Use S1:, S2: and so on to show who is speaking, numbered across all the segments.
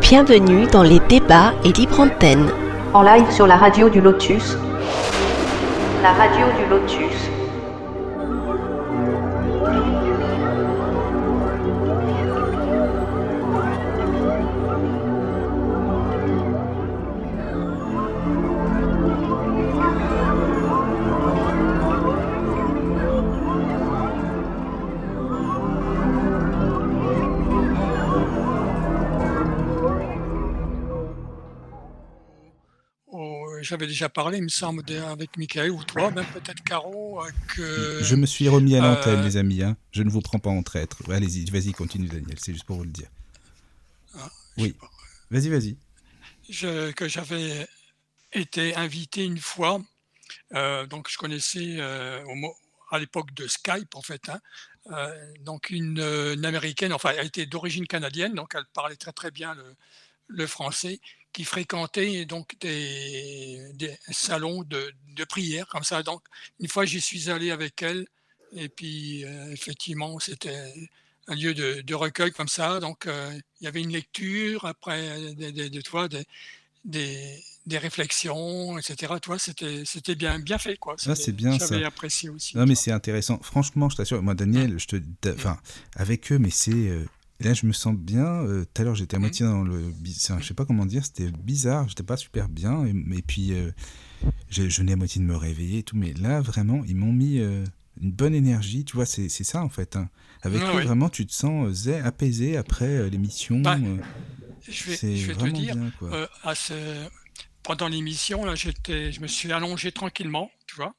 S1: Bienvenue dans les débats et libre antenne.
S2: En live sur la radio du Lotus. La radio du Lotus.
S3: Oh, j'avais déjà parlé, il me semble, avec Michael ou toi, même peut-être Caro, euh, que...
S4: Je me suis remis à l'antenne, euh... les amis. Hein. Je ne vous prends pas en traître. Allez-y, vas-y, continue, Daniel. C'est juste pour vous le dire.
S3: Ah,
S4: oui. Vas-y, vas-y.
S3: Je... que j'avais été invité une fois. Euh, donc, je connaissais euh, au mo... à l'époque de Skype, en fait. Hein, donc, une, une, américaine, enfin, elle était d'origine canadienne, donc elle parlait très, très bien le, le français qui fréquentait donc des, des salons de, de, prière comme ça. Donc une fois j'y suis allé avec elle et puis euh, effectivement c'était un lieu de, de, recueil comme ça. Donc euh, il y avait une lecture après des, des, de toi, des, des, des, réflexions, etc. Toi, c'était, c'était bien, bien fait, quoi.
S4: Ah, c'est bien ça.
S3: J'avais apprécié aussi.
S4: Non, mais c'est intéressant. Franchement, je t'assure, moi, Daniel, je te, enfin, avec eux, mais c'est euh... Et là, je me sens bien. Tout euh, à l'heure, j'étais à moitié dans le. Je sais pas comment dire, c'était bizarre. J'étais pas super bien. Et, et puis, euh, je n'ai à moitié de me réveiller et tout. Mais là, vraiment, ils m'ont mis euh, une bonne énergie. Tu vois, c'est ça, en fait. Hein. Avec ah, eux, oui. vraiment, tu te sens zé, apaisé après euh, l'émission.
S3: Bah, je vais, je vais te dire, Euh, bien, à ce... pendant l'émission, là, je me suis allongé tranquillement, tu vois.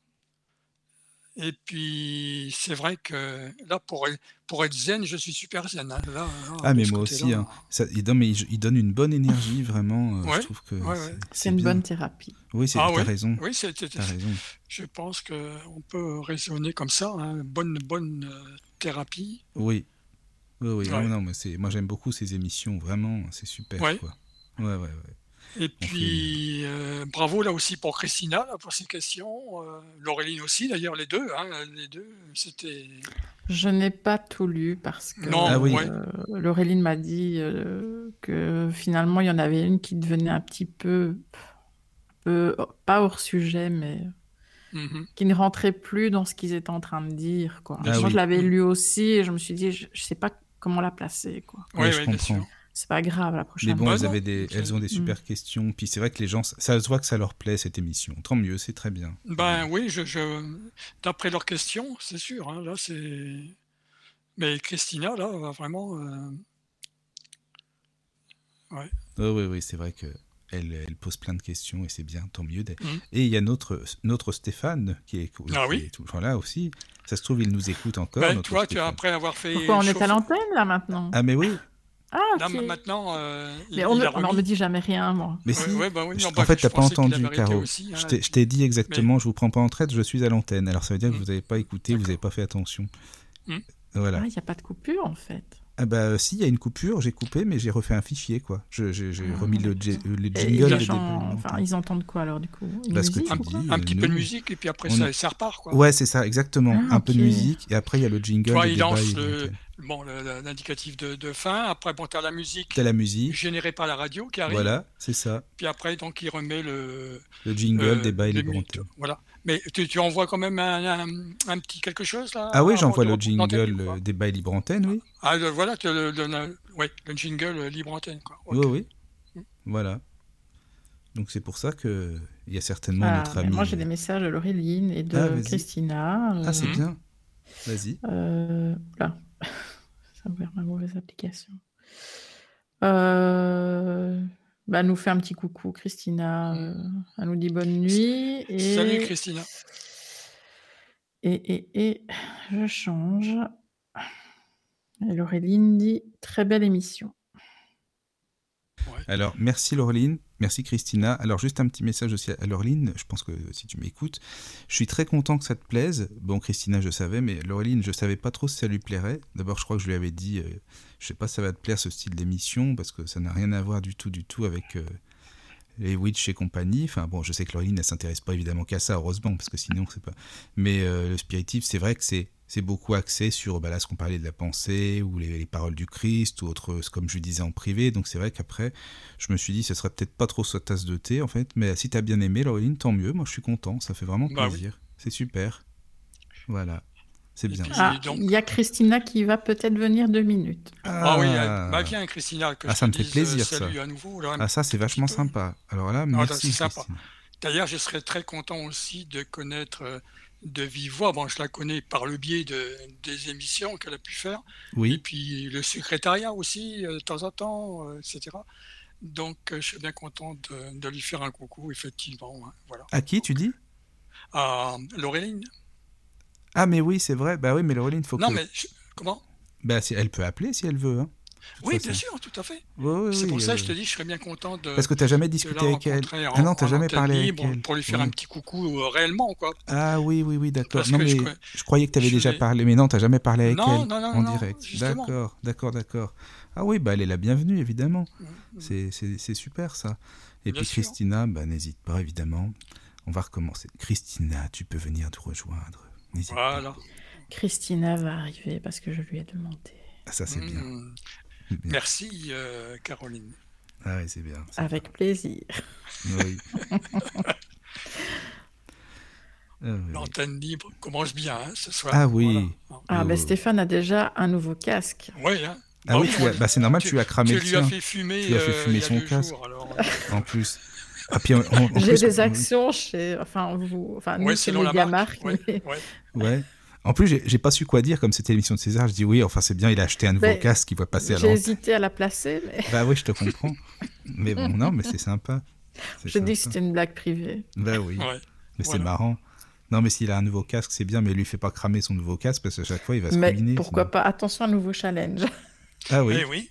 S3: Et puis, c'est vrai que là, pour, pour être zen, je suis super zen. Là, là,
S4: ah, mais moi aussi. Hein. Ça, il, donne, mais il, il, donne une bonne énergie, vraiment. Euh, ouais, je trouve que
S5: ouais, c'est une bonne thérapie.
S4: Oui, c'est ah,
S3: oui.
S4: raison.
S3: Oui, c'est raison. Je pense qu'on peut raisonner comme ça. Hein. Bonne, bonne euh, thérapie.
S4: Oui. Oui, oui. Ouais. Non, mais moi, j'aime beaucoup ces émissions. Vraiment, c'est super. Quoi. Ouais, ouais,
S3: et puis, euh, bravo là aussi pour Christina là, pour ses questions. Euh, Laureline aussi, d'ailleurs, les deux. Hein, les deux, c'était.
S5: Je n'ai pas tout lu parce que
S3: non,
S5: euh,
S3: oui.
S5: Laureline m'a dit euh, que finalement, il y en avait une qui devenait un petit peu, peu pas hors sujet, mais mm
S3: mm-hmm.
S5: -hmm. qui ne rentrait plus dans ce qu'ils étaient en train de dire. Quoi. Ah, moi, oui. je l'avais lu aussi et je me suis dit, je ne sais pas comment la placer. Quoi.
S3: Oui, oui je comprends. Bien sûr
S5: c'est pas grave la prochaine
S4: mais bon, elles, avaient des, elles ont
S5: Mm.
S4: des super mmh. questions puis c'est vrai que les gens ça se voit que ça leur plaît cette émission tant mieux c'est très bien
S3: ben oui je, je... d'après leurs questions c'est sûr hein, là c'est mais Christina là vraiment euh...
S4: ouais. oh, oui oui c'est vrai que elle, elle, pose plein de questions et c'est bien, tant mieux. Mmh. Et il y a notre, notre Stéphane qui est,
S3: Mm. ah oui.
S4: tout le là aussi. Ça se trouve, il nous écoute encore.
S3: Ben, toi, tu as après avoir fait.
S5: Pourquoi on est à l'antenne là maintenant
S4: Ah, mais oui,
S5: Ah, okay.
S3: Là, maintenant, euh,
S5: mais on, ne me dit jamais rien, moi.
S4: Mais si, ouais, ouais,
S3: ben
S4: bah oui, non, en fait, t'as pas entendu, Caro. Aussi, hein, je t'ai dit exactement, mais... je vous prends pas en traite, je suis à l'antenne. Alors ça veut dire mmh. que vous
S3: Mm.
S4: n'avez pas écouté, vous n'avez pas fait attention.
S5: Mmh.
S4: Voilà.
S5: Il ah, n'y a pas de coupure, en fait.
S4: Ah bah si, il y a une coupure, j'ai coupé, mais j'ai refait un fichier, quoi. J'ai
S3: Ah.
S4: mmh. remis le, le Bah, jingle.
S5: Ils, enfin, ils entendent quoi, alors, du coup
S4: bah, musique,
S3: que dis, Un, petit peu de musique, et puis après, ça, repart, quoi.
S4: euh, Ouais, c'est ça, exactement. un peu de musique, et après, il y a le jingle.
S3: il lance bon, l'indicatif de, de, fin. Après, bon, tu as la musique.
S4: As la musique.
S3: Générée par la radio qui arrive.
S4: Voilà, c'est ça.
S3: Puis après, donc, il remet le.
S4: Le jingle euh, des bails libres
S3: Voilà. Mais tu, tu, envoies quand même un, un, un, petit quelque chose, là
S4: Ah oui, j'envoie le jingle des bails libre antenne, oui.
S3: Ah, le, voilà, le, le, ouais, le, jingle libre antenne, quoi.
S4: Okay. Oui, oui. Mmh. Voilà. Donc, c'est pour ça que. Il y a certainement ah, notre ami.
S5: Moi, j'ai des Mm-hmm. messages de Laureline et de ah, Christina.
S4: Euh... Ah, c'est bien. Vas-y.
S5: Euh, là. Ça a ouvert ma mauvaise application. Euh... Bah, elle nous fait un petit coucou, Christina. Euh... Elle nous dit bonne nuit. Et...
S3: Salut, Christina.
S5: Et, et, et je change. Et Laureline dit très belle émission.
S4: Ouais. Alors, merci Laureline, merci Christina. Alors, juste un petit message aussi à Laureline, je pense que si tu m'écoutes, je suis très content que ça te plaise. Bon, Christina, je savais, mais Laureline, je savais pas trop si ça lui plairait. D'abord, je crois que je lui avais dit, euh, je sais pas si ça va te plaire ce style d'émission, parce que ça n'a rien à voir du tout, du tout avec euh, les Witch et compagnie. Enfin, bon, je sais que Laureline, elle s'intéresse pas évidemment qu'à ça, heureusement, parce que sinon, c'est pas. Mais euh, le spiritif, c'est vrai que c'est c'est beaucoup axé sur bah, là, ce qu'on parlait de la pensée ou les, les paroles du Christ ou autre, comme je disais en privé. Donc c'est vrai qu'après, je me suis dit, ce serait peut-être pas trop sa tasse de thé en fait, mais si t'as bien aimé, Laureline, tant mieux. Moi, je suis content, ça fait vraiment
S3: Bah oui.
S4: plaisir. C'est super. Voilà, c'est bien.
S3: puis-
S5: Ah,
S3: Et donc-
S5: il y a Christina qui va peut-être venir deux minutes.
S3: Ah oui, euh, bah viens Christina, que
S4: Ah,
S3: je
S4: ça
S3: te
S4: me fait
S3: dise, euh,
S4: plaisir, ça.
S3: salut à nouveau. là.
S4: Ah, ça, c'est vachement sympa. Alors là,
S3: bah,
S4: merci.
S3: c'est sympa.
S4: Christine.
S3: D'ailleurs, je serais très content aussi de connaître euh, de vive voix. Bon, je la connais par le biais de, des émissions qu'elle a pu faire, et
S4: Oui,
S3: puis le secrétariat aussi, euh, de temps en temps, euh, etc. Donc, euh, je suis bien content de, de lui faire un coucou, effectivement. hein, voilà.
S4: à qui tu dis
S3: À Laureline
S4: Ah, mais oui, c'est vrai. Bah oui, mais Laureline, faut
S3: Non,
S4: que.
S3: mais je- comment
S4: Bah, si, elle peut appeler si elle veut. hein. toute
S3: Oui,
S4: façon.
S3: bien sûr, tout à fait.
S4: Oui, oui,
S3: C'est
S4: oui,
S3: pour ça
S4: euh,
S3: que je te dis, je serais bien content de,
S4: Parce que t'as jamais
S3: de la
S4: discuté avec elle.
S3: rencontrer en,
S4: Ah non, t'as
S3: en
S4: jamais
S3: antenne
S4: parlé avec
S3: libre
S4: elle.
S3: pour lui faire un
S4: Oui.
S3: petit coucou euh, réellement, quoi.
S4: Ah oui, oui, oui, d'accord.
S3: Parce
S4: Non,
S3: que
S4: mais
S3: je
S4: je,
S3: crois-
S4: croyais que tu avais
S3: je
S4: déjà
S3: l'ai-
S4: parlé, mais non, tu jamais parlé avec
S3: Non,
S4: elle
S3: non, non,
S4: en
S3: non,
S4: direct.
S3: justement.
S4: D'accord, d'accord, d'accord. Ah oui, bah, elle est la bienvenue, évidemment. C'est- C'est c'est super, ça. Et
S3: Mm, Bien
S4: puis
S3: sûr.
S4: Christina, bah, n'hésite pas, évidemment. On va recommencer. Christina, tu peux venir nous rejoindre. N'hésite pas.
S3: Voilà.
S5: Christina va arriver parce que je lui ai demandé.
S4: Ah, ça, c'est bien.
S3: Mm.
S4: C'est bien.
S3: Merci, euh, Caroline.
S4: Ah oui, c'est bien. c'est
S5: Avec plaisir.
S4: bien. Oui. Ah oui, oui.
S3: L'antenne libre commence bien hein, ce soir.
S4: Ah oui.
S5: Ah,
S4: Euh,
S5: ben Stéphane a déjà un un nouveau casque.
S3: Voilà. Ouais, hein.
S4: Ah oui,
S3: Bravo,
S4: tu as- bah, c'est normal, tu, as cramé
S3: tu
S4: le
S3: lui as
S4: tien,
S3: fait fumer,
S4: Tu as fait
S3: euh,
S4: fumer
S3: il y a
S4: son
S3: deux
S4: casque.
S3: jours, alors.
S4: en plus. Ah, puis en- en- en
S5: J'ai
S4: plus,
S5: des
S4: on-
S5: actions chez. Enfin, vous. Enfin, nous,
S3: Ouais,
S5: chez
S3: selon la
S5: Mediamarkt,
S3: marque,
S5: mais-
S3: Ouais.
S4: Ouais. En plus, j'ai- j'ai pas su quoi dire, comme c'était l'émission de César. Je dis oui, enfin, c'est bien, il a acheté un nouveau
S5: Mais
S4: casque qui va passer à
S5: J'ai
S4: l'antenne.
S5: hésité à la placer, mais
S4: Bah oui, je te comprends. mais bon, non, mais c'est sympa. C'est
S5: j'ai dit que
S4: sympa.
S5: c'était une blague privée.
S4: Bah
S3: Ouais.
S4: oui, mais
S3: voilà.
S4: c'est marrant. Non, mais s'il a un nouveau casque, c'est bien, mais lui, fait pas cramer son nouveau casque parce qu'à chaque fois, il va se
S5: Mais
S4: ruiner.
S5: pourquoi
S4: sinon.
S5: pas Attention, un nouveau challenge.
S4: Ah oui,
S3: Eh oui.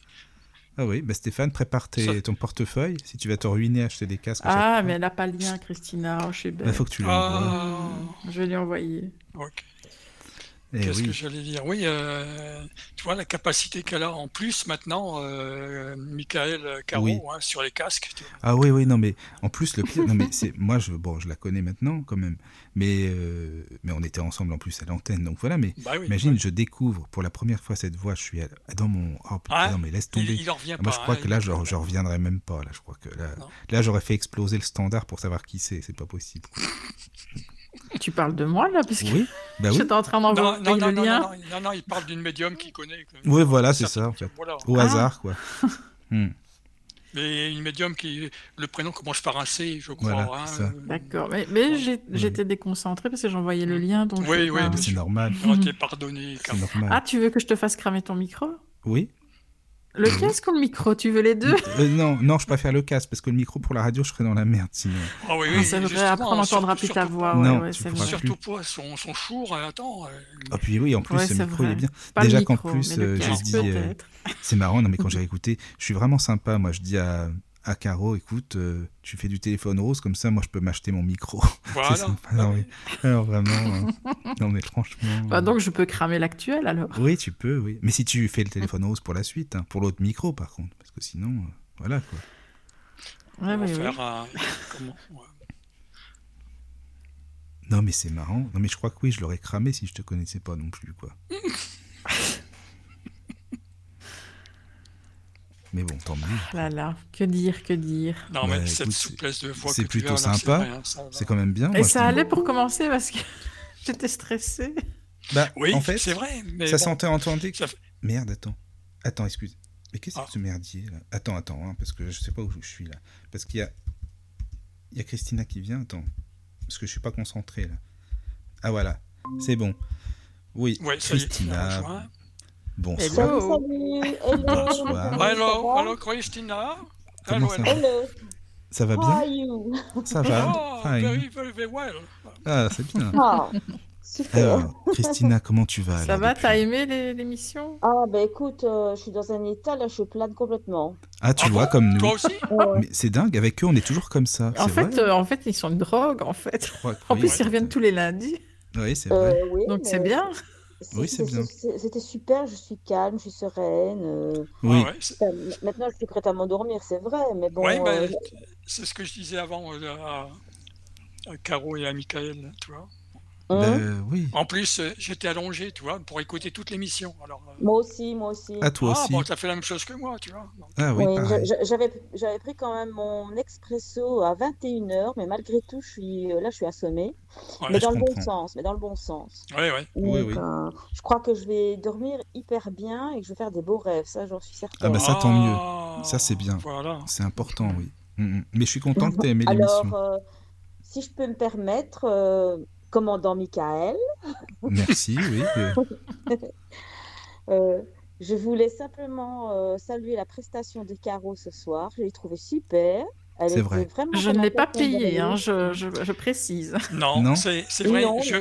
S4: ah oui. Bah, Stéphane, prépare tes-
S3: Ça-
S4: ton portefeuille. Si tu vas te ruiner à acheter des casques. à
S5: Ah,
S4: chaque
S5: mais
S4: fois.
S5: elle n'a pas le lien, Christina. Oh, je suis
S4: Bah,
S5: bête.
S4: faut que tu l'envoies.
S3: Ah,
S5: Je vais lui envoyer.
S3: ok.
S4: Eh
S3: Qu'est-ce que
S4: oui.
S3: j'allais dire Oui, euh, tu vois la capacité qu'elle a en plus maintenant, euh, Michael Caro,
S4: Oui.
S3: hein, sur les casques. tu vois.
S4: Ah oui, oui, non, mais en plus, le pire, non, mais c'est, moi, je, bon, je la connais maintenant quand même, mais, euh, mais on était ensemble en plus à l'antenne, donc voilà, mais
S3: Bah oui.
S4: Imagine, je découvre pour la première fois cette voix, je suis à- dans mon... Oh putain,
S3: Ah,
S4: non mais laisse
S3: Il,
S4: tomber.
S3: il en revient
S4: Ah, moi,
S3: pas.
S4: je crois
S3: hein,
S4: que
S3: il
S4: là,
S3: en
S4: je,
S3: revient
S4: je reviendrai même pas. Là, je crois que là,
S3: Non.
S4: là j'aurais fait exploser le standard pour savoir qui c'est. C'est pas possible.
S5: Tu parles de moi, là, parce que
S4: Oui, bah oui.
S5: j'étais en train
S3: pas.
S5: d'envoyer
S3: Non, non, non,
S5: le
S3: non,
S5: lien.
S3: non, non, non, non, il parle d'une médium qu'il connaît. que-
S4: Oui, voilà, c'est
S3: Certain-
S4: ça, en fait.
S3: Voilà.
S4: Au
S5: Ah.
S4: hasard, quoi. Hmm.
S3: Mais une médium qui. Le prénom commence par un C, je crois.
S4: Voilà,
S3: hein.
S4: c'est ça.
S5: D'accord. Mais,
S4: Ah.
S5: mais j'ai- j'étais déconcentrée parce que j'envoyais le lien. Donc
S3: Oui,
S5: je-
S3: oui,
S5: enfin,
S4: Mais c'est normal.
S3: On t'est pardonné.
S4: C'est
S3: Caro.
S5: Ah,
S4: normal.
S5: tu veux que je te fasse cramer ton micro
S4: Oui
S5: Le
S4: Mmh.
S5: casque ou le micro Tu veux les deux
S4: Euh, Non, non, je préfère le casque parce que le micro pour la radio, je serais dans la merde sinon.
S3: Ah oui,
S5: Ah,
S3: oui,
S5: C'est vrai,
S3: justement,
S5: après on
S3: surtout-
S5: entendra plus ta
S3: surtout-
S5: voix. ouais,
S4: Non,
S5: ouais,
S4: tu
S5: c'est
S4: pourras-
S5: vrai.
S3: Surtout pas son, son chour, euh, attends. euh,
S4: Ah, puis oui, en plus,
S5: Ouais,
S4: ce
S5: c'est
S4: micro, il
S5: vrai.
S4: est bien.
S5: Pas
S4: Déjà
S5: le
S4: qu'en
S5: micro,
S4: plus,
S5: mais le
S4: euh, j'ai
S5: casque,
S4: dit, euh,
S5: peut-être.
S4: C'est marrant, non mais quand j'ai écouté, je suis vraiment sympa. Moi, je dis à, à Caro, écoute, euh, tu fais du téléphone rose, comme ça, moi, je peux m'acheter mon micro.
S3: Voilà.
S4: C'est sympa. Non, mais, alors, vraiment. hein. Non, mais franchement.
S5: Bah, donc je peux cramer l'actuel alors.
S4: Oui, tu peux, oui. Mais si tu fais le téléphone rose pour la suite, hein, pour l'autre micro, par contre. Parce que sinon, euh, voilà, quoi.
S5: Ouais,
S3: on va
S5: ouais, ouais.
S3: faire un- comment- ouais.
S4: Non, mais c'est marrant. Non, mais je crois que oui, je l'aurais cramé si je te connaissais pas non plus, quoi. mais bon, tant mieux.
S5: Ah Là, là, que dire, que dire.
S3: Non, mais
S4: Ouais,
S3: cette
S4: écoute,
S3: souplesse de voix
S4: c'est
S3: que tu as,
S4: plutôt
S3: là, c'est
S4: sympa.
S3: vrai, hein, ça, là.
S4: C'est quand même bien.
S5: Et
S4: moi,
S5: ça
S4: je-
S5: allait pour commencer parce que j'étais stressée.
S4: Bah,
S3: Oui,
S4: en fait,
S3: c'est vrai. Mais
S4: ça
S3: bon,
S4: sentait entendu.
S3: ça fait-
S4: Merde, attends. Attends, excuse. Mais qu'est-ce que
S3: Ah.
S4: c'est que ce merdier là Attends, attends, hein, parce que je sais pas où je suis là. Parce qu'il y a. Il y a Christina qui vient, attends. Parce que je suis pas concentré là. Ah voilà, c'est bon. Oui,
S3: ouais, ça y est, tu l'as
S4: Christina.
S3: rejoint.
S4: Bonsoir.
S6: Salut, salut. Hello.
S4: Bonsoir.
S6: Comment ça
S3: Hello,
S6: va
S3: hello, Christina.
S4: Ah, Comment
S3: hello,
S4: ça
S3: hello.
S4: va Ça va
S6: Hello. How
S4: bien
S6: are you?
S4: Ça va
S3: Oh,
S4: Fine.
S3: very, very, very well.
S4: Ah, c'est bien.
S6: Ah, super.
S4: Alors, Christina, comment tu vas
S5: ça
S4: alors,
S5: va,
S4: depuis
S5: t'as aimé les- l'émission
S6: Ah, bah écoute, euh, je suis dans un état, là, je plane complètement.
S4: Ah, tu
S3: Ah
S4: vois,
S3: bon
S4: comme nous.
S3: Toi aussi
S4: Mais c'est dingue, avec eux, on est toujours comme ça.
S5: En
S4: c'est
S5: fait,
S4: vrai
S5: euh, en fait, ils sont une drogue en fait.
S4: Je crois que
S5: En
S4: oui.
S5: plus, ils reviennent tous les lundis,
S4: Oui, c'est vrai.
S6: Euh, oui,
S5: donc c'est
S6: mais
S5: bien.
S4: Oui, c'est bien.
S6: c'est- C'était super, je suis calme, je suis sereine. euh,
S4: Oui,
S3: Ah ouais, c'est-
S6: enfin, m- maintenant, je suis prête à m'endormir, c'est vrai, mais bon.
S3: Ouais,
S4: bah,
S6: euh,
S3: ben, c'est ce que je disais avant euh, à, à Caro et à Michael, tu vois.
S6: hein.
S4: Ben, oui.
S3: En plus, euh, j'étais allongé, tu vois, pour écouter toute l'émission. Alors, euh,
S6: Moi aussi, moi aussi.
S4: À toi
S3: ah,
S4: aussi.
S3: bon, t'as fait la même chose que moi, tu vois. Donc,
S4: Ah oui,
S6: Oui, j'a-
S4: pareil.
S6: j'a- j'avais j'avais pris quand même mon expresso à 21h, mais malgré tout, je suis euh, là, je suis assommée.
S3: Ouais,
S6: mais
S4: Oh, je
S6: dans le bon
S4: comprends.
S6: sens, mais dans le bon sens.
S3: ouais, ouais.
S4: Oui,
S6: Donc,
S4: oui.
S6: euh, je crois que je vais dormir hyper bien et que je vais faire des beaux rêves, ça j'en suis certaine.
S4: Ah, bah, ça, tant mieux.
S3: Ah,
S4: Ça, c'est bien.
S3: Voilà.
S4: C'est important, oui. Mm, mm. Mais je suis content que tu aies aimé
S6: Alors,
S4: l'émission.
S6: euh, si je peux me permettre, euh, commandant Michael,
S4: Merci, oui. euh,
S6: euh, je voulais simplement euh, saluer la prestation de Caro ce soir. Je l'ai trouvée super. Elle
S4: C'est
S6: était
S4: vrai.
S6: vraiment
S5: Je ne l'ai Ah, pas
S6: comme un
S5: payé,
S6: garçon
S5: hein, je, je- je précise.
S3: Non,
S4: Non.
S3: c'est c'est
S6: Oui,
S3: vrai.
S6: non,
S3: je-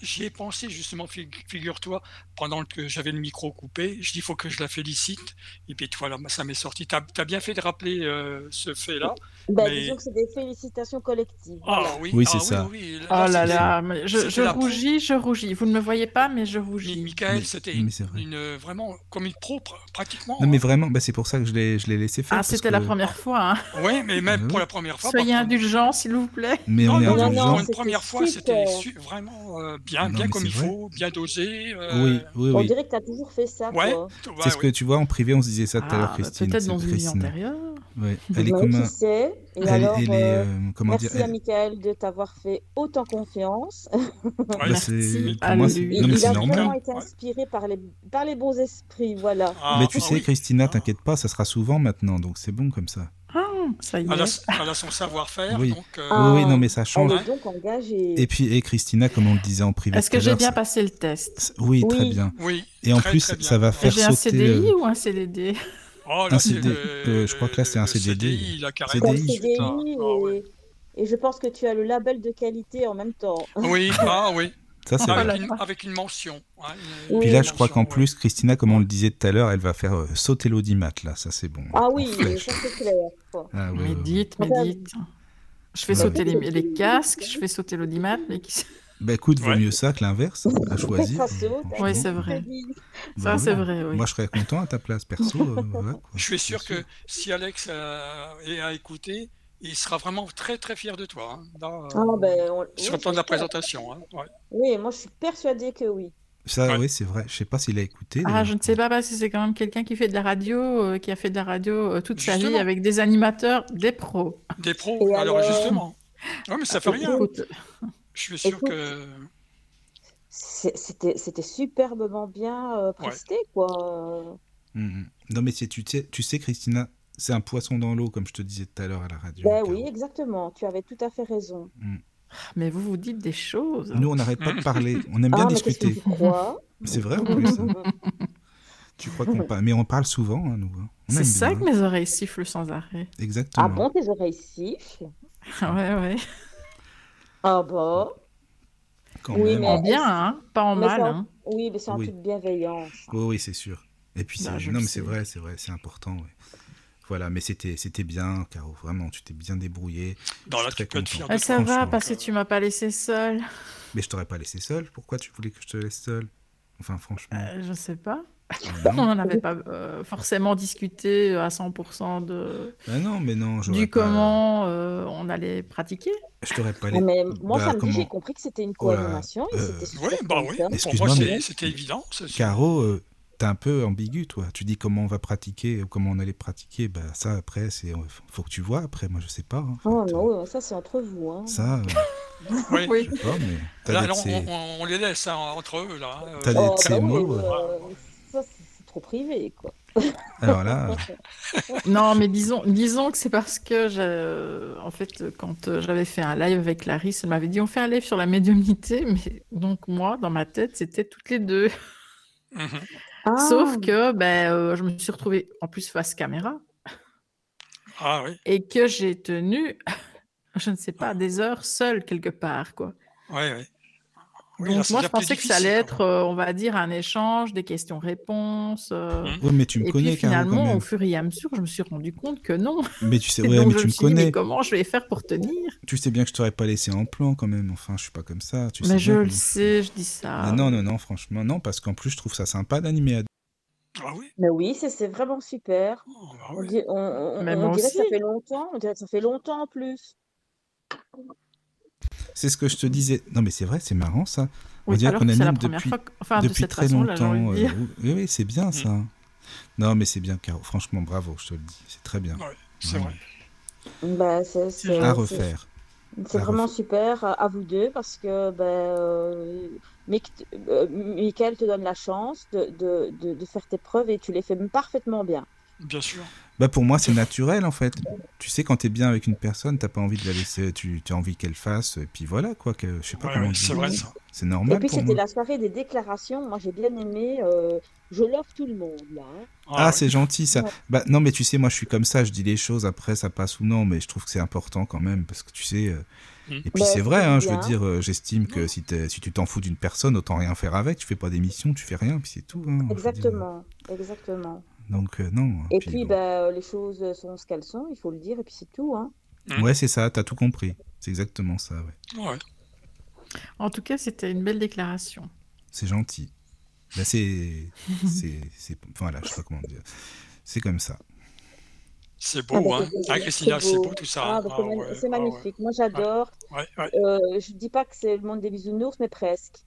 S3: J'y ai pensé justement, figu- figure-toi, pendant que j'avais le micro coupé. Je dis, il faut que je la félicite. Et puis, tu vois, là, ça m'est sorti. T'as as bien fait de rappeler euh, ce fait-là.
S6: Ben,
S3: Mais-
S6: Disons que c'est des félicitations collectives.
S3: Ah oui,
S4: Oui,
S3: ah,
S4: c'est ça.
S3: oui,
S5: Oh là
S3: c'était-
S5: là, mais je,
S3: c'était
S5: je
S3: la-
S5: rougis, je rougis. Vous ne me voyez pas, mais je
S3: Mi-
S5: rougis.
S3: Michael,
S4: Mais-
S3: c'était
S4: mais c'est vrai.
S3: une, euh, vraiment comme une pro pr- pratiquement.
S4: Non, mais vraiment, bah, c'est pour ça que je l'ai je l'ai laissé faire.
S5: Ah,
S4: parce
S5: c'était
S4: que- Oh,
S5: la première fois. hein.
S3: Oui, mais même
S4: Ah Oui.
S3: pour la première fois.
S5: Soyez
S3: par contre.
S5: indulgents, s'il vous plaît.
S4: Mais on
S3: Non,
S4: est
S3: non, non,
S6: indulgent.
S3: pour
S4: indulgents.
S3: une
S6: C'était
S3: première fois, c'était
S6: super.
S3: su- vraiment euh, bien,
S4: Non,
S3: bien
S4: mais
S3: comme
S4: c'est
S3: il
S4: vrai.
S3: faut, bien dosé. euh,
S4: Oui, oui,
S6: On
S4: oui.
S6: dirait que tu as toujours fait ça.
S3: Ouais,
S6: toi.
S3: t- ouais,
S4: C'est ce que
S3: ouais.
S4: tu vois en privé, on se disait ça tout à l'heure,
S5: Ah,
S4: Christine.
S5: Peut-être
S4: c'est
S5: dans une vie
S4: Christine.
S5: antérieure.
S4: Ouais. Elle est
S6: Ouais,
S4: comme
S6: Bah, qui
S4: un.
S6: sait Et
S4: Elle,
S6: alors,
S4: elle est,
S6: euh,
S4: euh, comment
S6: merci
S4: dire elle-
S6: à Michael de t'avoir fait autant confiance.
S3: Ouais,
S4: bah,
S5: Merci
S4: c'est-
S5: à
S4: pour moi, c'est-
S5: lui.
S4: non, mais
S6: il
S4: c'est
S6: a
S4: normal.
S6: vraiment été
S3: Ouais.
S6: inspiré par les, par les bons esprits, voilà.
S3: Ah,
S4: mais tu
S3: ah
S4: sais,
S3: oui.
S4: Christina, t'inquiète pas, ça sera souvent maintenant, donc c'est bon comme ça.
S5: Ah, ça y est.
S3: Elle a, elle a son savoir-faire.
S4: Oui.
S3: donc, euh,
S6: Ah.
S4: Oui, oui, non, mais ça change.
S6: Elle est donc engagée.
S4: Et puis, et Christina, comme on le disait en privé.
S5: Est-ce
S4: tout
S5: que
S4: à
S5: j'ai
S4: l'heure,
S5: bien
S4: ça-
S5: passé le test
S4: ça- Oui,
S6: Oui.
S4: très bien.
S3: oui,
S4: Et en
S3: très,
S4: plus,
S3: très bien.
S4: ça va faire
S5: J'ai un
S4: sauter euh, le-
S5: CDI ou un CDD
S3: Oh,
S4: Un
S3: là, c'est
S4: CD.
S3: le-
S4: Euh, je crois que là, c'est un
S3: le
S4: CDD.
S3: CDI, la
S6: T'as
S3: carrément.
S6: le
S4: CDI.
S6: CDI
S3: Ah,
S6: et,
S3: ouais.
S6: et je pense que tu as le label de qualité en même temps.
S3: Oui, ah oui,
S4: Ça, c'est
S5: Ah,
S4: vrai.
S5: là.
S3: avec, une, avec une mention. ouais, une-
S6: Oui.
S4: Puis
S3: une
S4: là, je crois
S3: mention,
S4: qu'en
S3: ouais.
S4: plus, Christina, comme on le disait tout à l'heure, elle va faire euh, sauter l'audimat, là. Ça, c'est bon.
S6: Ah
S4: En
S6: oui,
S4: flèche.
S6: ça c'est clair.
S4: Ah, ouais, ouais, ouais.
S5: Médite,
S6: ouais.
S5: médite. Je fais
S4: Ouais.
S5: sauter les, les casques, je fais sauter l'audimat. mais qui-
S4: Bah écoute, vaut
S3: Ouais.
S4: mieux ça que l'inverse, hein, à choisir.
S6: Ça saute.
S4: franchement.
S5: Ouais, c'est vrai.
S4: Bah,
S5: Ça, c'est
S4: voilà.
S5: vrai, oui.
S4: Moi, je serais content à ta place, perso. euh, voilà, quoi.
S3: Je suis sûr
S4: C'est
S3: que si Alex euh, est à écouter, il sera vraiment très très fier de toi. hein. Là, euh,
S6: Ah, ben, on-
S3: sur
S6: oui,
S3: le plan de la
S6: j'espère.
S3: présentation. hein. Ouais.
S6: Oui, moi je suis persuadée que oui.
S4: Ça,
S3: Ouais.
S4: oui, c'est vrai. Je sais pas s'il a écouté.
S5: Ah,
S4: d'ailleurs.
S5: je ne sais pas, parce que c'est quand même quelqu'un qui fait de la radio, euh, qui a fait de la radio euh, toute sa vie
S3: Justement.
S5: avec des animateurs, des pros.
S3: Des pros,
S6: Et
S3: alors,
S6: alors
S3: justement. Oui, mais ça fait rien.
S5: Écoute,
S3: Je suis sûr
S6: Écoute.
S3: que.
S6: C'est- C'était c'était superbement bien euh, presté, quoi.
S4: Mm, mm. Non, mais c'est- tu sais, tu sais, Christina, c'est un poisson dans l'eau, comme je te disais tout à l'heure à la radio.
S6: Ben
S4: Caro.
S6: oui, exactement. Tu avais tout à fait raison.
S5: mais vous vous dites des choses. hein.
S4: Nous, on n'arrête pas de parler. On aime bien
S6: ah, mais qu'est-ce que
S4: discuter.
S6: tu crois
S4: C'est vrai, en plus. hein. tu crois qu'on parle. Mais on parle souvent, hein, nous. hein. On aime
S5: C'est ça
S4: bien,
S5: que
S4: hein.
S5: mes oreilles sifflent sans arrêt.
S4: Exactement.
S6: Ah bon, tes oreilles sifflent
S5: ouais, ouais.
S6: Ah bon
S4: Quand
S6: Oui,
S4: même.
S6: mais-
S5: En bien, hein, pas en
S6: Mais
S5: mal.
S6: ça-
S5: hein.
S6: Oui, mais c'est en
S4: Oui.
S6: toute bienveillance.
S4: Oui, Oh, oui, c'est sûr. Et puis,
S5: Bah,
S4: c'est-
S5: je
S4: non,
S5: le
S4: mais
S5: sais.
S4: c'est vrai, c'est vrai, c'est important. ouais. Voilà, mais c'était c'était bien, Caro. Vraiment, tu t'es bien débrouillé.
S3: Dans
S4: Je
S3: la
S4: suis très
S3: tu peux être
S4: content.
S3: fier de
S5: Ah, ça va,
S4: franchement,
S5: parce que tu m'as pas laissé seule.
S4: Mais je t'aurais pas laissé seul. Pourquoi tu voulais que je te laisse seul Enfin, franchement.
S5: Euh, je sais pas.
S4: non.
S5: On n'avait pas euh, forcément discuté euh, à 100% de...
S4: Ah non, mais non, j'aurais
S5: du
S4: pas-
S5: comment euh, on allait pratiquer.
S4: Je t'aurais pas
S6: Ah,
S4: laissé.
S6: mais moi,
S4: Bah,
S6: samedi,
S4: comment
S6: j'ai compris que c'était une
S4: Oh là,
S6: co-animation et
S4: euh,
S6: c'était
S3: Oui,
S6: super.
S3: bah oui.
S6: cool, hein.
S3: Pour moi,
S4: Excuse-moi,
S3: c'est-
S4: mais-
S3: c'était évident. c'est-
S4: Caro, euh, t'es un peu ambigu, toi. Tu dis comment on va pratiquer, euh, comment on allait pratiquer. Bah, ça, après, c'est faut que tu vois. Après, moi, je sais pas. hein, en
S6: Oh
S4: fait.
S6: non, ouais, ça c'est entre vous. Hein.
S4: Ça, euh,
S3: Oui.
S4: je sais pas, mais t'as
S3: Là,
S4: d'être
S3: non,
S4: ces-
S3: on, on- on les laisse hein, entre eux. Là, hein.
S4: T'as
S6: Oh,
S4: d'être ces
S6: bah oui,
S4: mots,
S6: mais,
S4: ouais.
S6: euh, ça c'est c'est trop privé, quoi.
S4: Alors là,
S5: Non, mais disons, disons que c'est parce que, je- en fait, quand euh, j'avais fait un live avec Clarisse, elle m'avait dit on fait un live sur la médiumnité, mais donc moi, dans ma tête, c'était toutes les deux.
S3: Mhm.
S6: Ah,
S5: Sauf que ben, euh, je me suis retrouvée en plus face caméra
S3: Ah oui.
S5: et que j'ai tenu, je ne sais pas, des heures seule quelque part, quoi.
S3: Ouais, ouais. Oui, là,
S5: Donc
S3: c'est
S5: moi, je
S3: déjà plus
S5: pensais que ça allait
S3: difficile,
S5: être, euh, on va dire, un échange, des questions-réponses. euh,
S3: Mhm.
S4: oui, mais Mmh. tu me
S5: Et
S4: connais,
S5: puis
S4: Caro, quand
S5: finalement,
S4: même.
S5: au fur et à mesure, je me suis rendu compte que non.
S4: Mais tu sais,
S5: Et
S4: ouais,
S5: donc
S4: mais
S5: je
S4: tu
S5: me
S4: me
S5: suis dit, mais
S4: connais.
S5: comment je vais faire pour tenir
S4: Tu sais bien que je t'aurais pas laissé en plan, quand même. Enfin, je suis pas comme ça. Tu sais
S5: Mais je
S4: bien
S5: le
S4: que-
S5: sais, je dis
S4: Mais
S5: ça.
S4: non, non, non, franchement, non, parce qu'en plus, je trouve ça sympa d'animer à
S3: hein. Ah oui.
S6: mais oui, c'est c'est vraiment super.
S3: Oh, bah
S6: On,
S3: oui.
S6: di- on- on-
S5: Mais
S6: on
S5: moi
S6: dirait que ça
S5: aussi.
S6: fait longtemps. On dirait que ça fait longtemps en plus.
S4: C'est ce que je te disais. Non, mais c'est vrai, c'est marrant ça. On
S5: Oui,
S4: dirait
S5: alors
S4: qu'on
S5: que c'est la
S4: anime
S5: première
S4: depuis,
S5: fois. que- Enfin, de
S4: depuis
S5: cette
S4: très
S5: façon, là, j'ai envie
S4: longtemps.
S5: de
S4: euh,
S5: dire. Mm.
S4: oui, oui, c'est bien ça. Non, mais c'est bien, Caro. Franchement, bravo, je te le dis. C'est très bien.
S3: C'est vrai.
S6: Bah, c'est
S5: C'est
S6: c'est-
S4: À
S6: c'est-
S4: refaire.
S6: C'est
S4: À
S6: vraiment
S4: refaire.
S6: super euh, à à vous deux parce que ben, euh, Mick- euh, Michael te donne la chance de, de, de, de faire tes preuves et tu les fais parfaitement bien.
S3: Bien sûr.
S4: Bah pour moi, c'est naturel en fait. Tu sais, quand t'es bien avec une personne, t'as pas envie de la laisser, tu as envie qu'elle fasse, et puis voilà quoi. Que, je sais pas
S3: Ouais,
S4: comment
S3: ouais,
S4: dire.
S3: c'est vrai ça.
S4: C'est
S6: et
S4: normal
S6: puis
S4: pour
S6: c'était
S4: moi.
S6: la soirée des déclarations. Moi j'ai bien aimé. euh, je l'offre tout le monde là. hein.
S4: Ah,
S3: ouais.
S4: c'est gentil ça.
S6: Ouais.
S4: Bah non, mais tu sais, moi je suis comme ça, je dis les choses, après ça passe ou non, mais je trouve que c'est important quand même parce que tu sais. euh,
S3: Mm.
S4: Et puis
S6: Bah,
S4: c'est vrai,
S6: c'est
S4: hein, je veux
S6: bien.
S4: dire, euh, j'estime que si, t'es- si tu t'en fous d'une personne, autant rien faire avec. Tu fais pas d'émission, tu fais rien, puis c'est tout. hein, je veux dire.
S6: Exactement, exactement.
S4: Donc euh, non.
S6: Et puis
S4: bon.
S6: ben, euh, les choses sont ce qu'elles sont, il faut le dire et puis c'est tout. Hein.
S4: Ouais, c'est ça. T'as tout compris. C'est exactement ça. Ouais.
S3: Ouais.
S5: En tout cas, c'était une belle déclaration.
S4: C'est gentil. Là, c'est. c'est- c'est- enfin, Voilà, je sais pas comment dire. C'est comme ça.
S3: C'est
S6: Ah,
S3: beau,
S6: bah,
S3: hein.
S6: c'est-
S3: Ah, Christina, c'est beau tout ça.
S6: Ah,
S3: hein.
S6: bah,
S3: Ah,
S6: c'est mag-
S3: ouais,
S6: c'est
S3: ah,
S6: magnifique. Moi j'adore.
S3: Ouais, ouais, ouais.
S6: Euh, je dis pas que c'est le monde des bisounours, mais presque.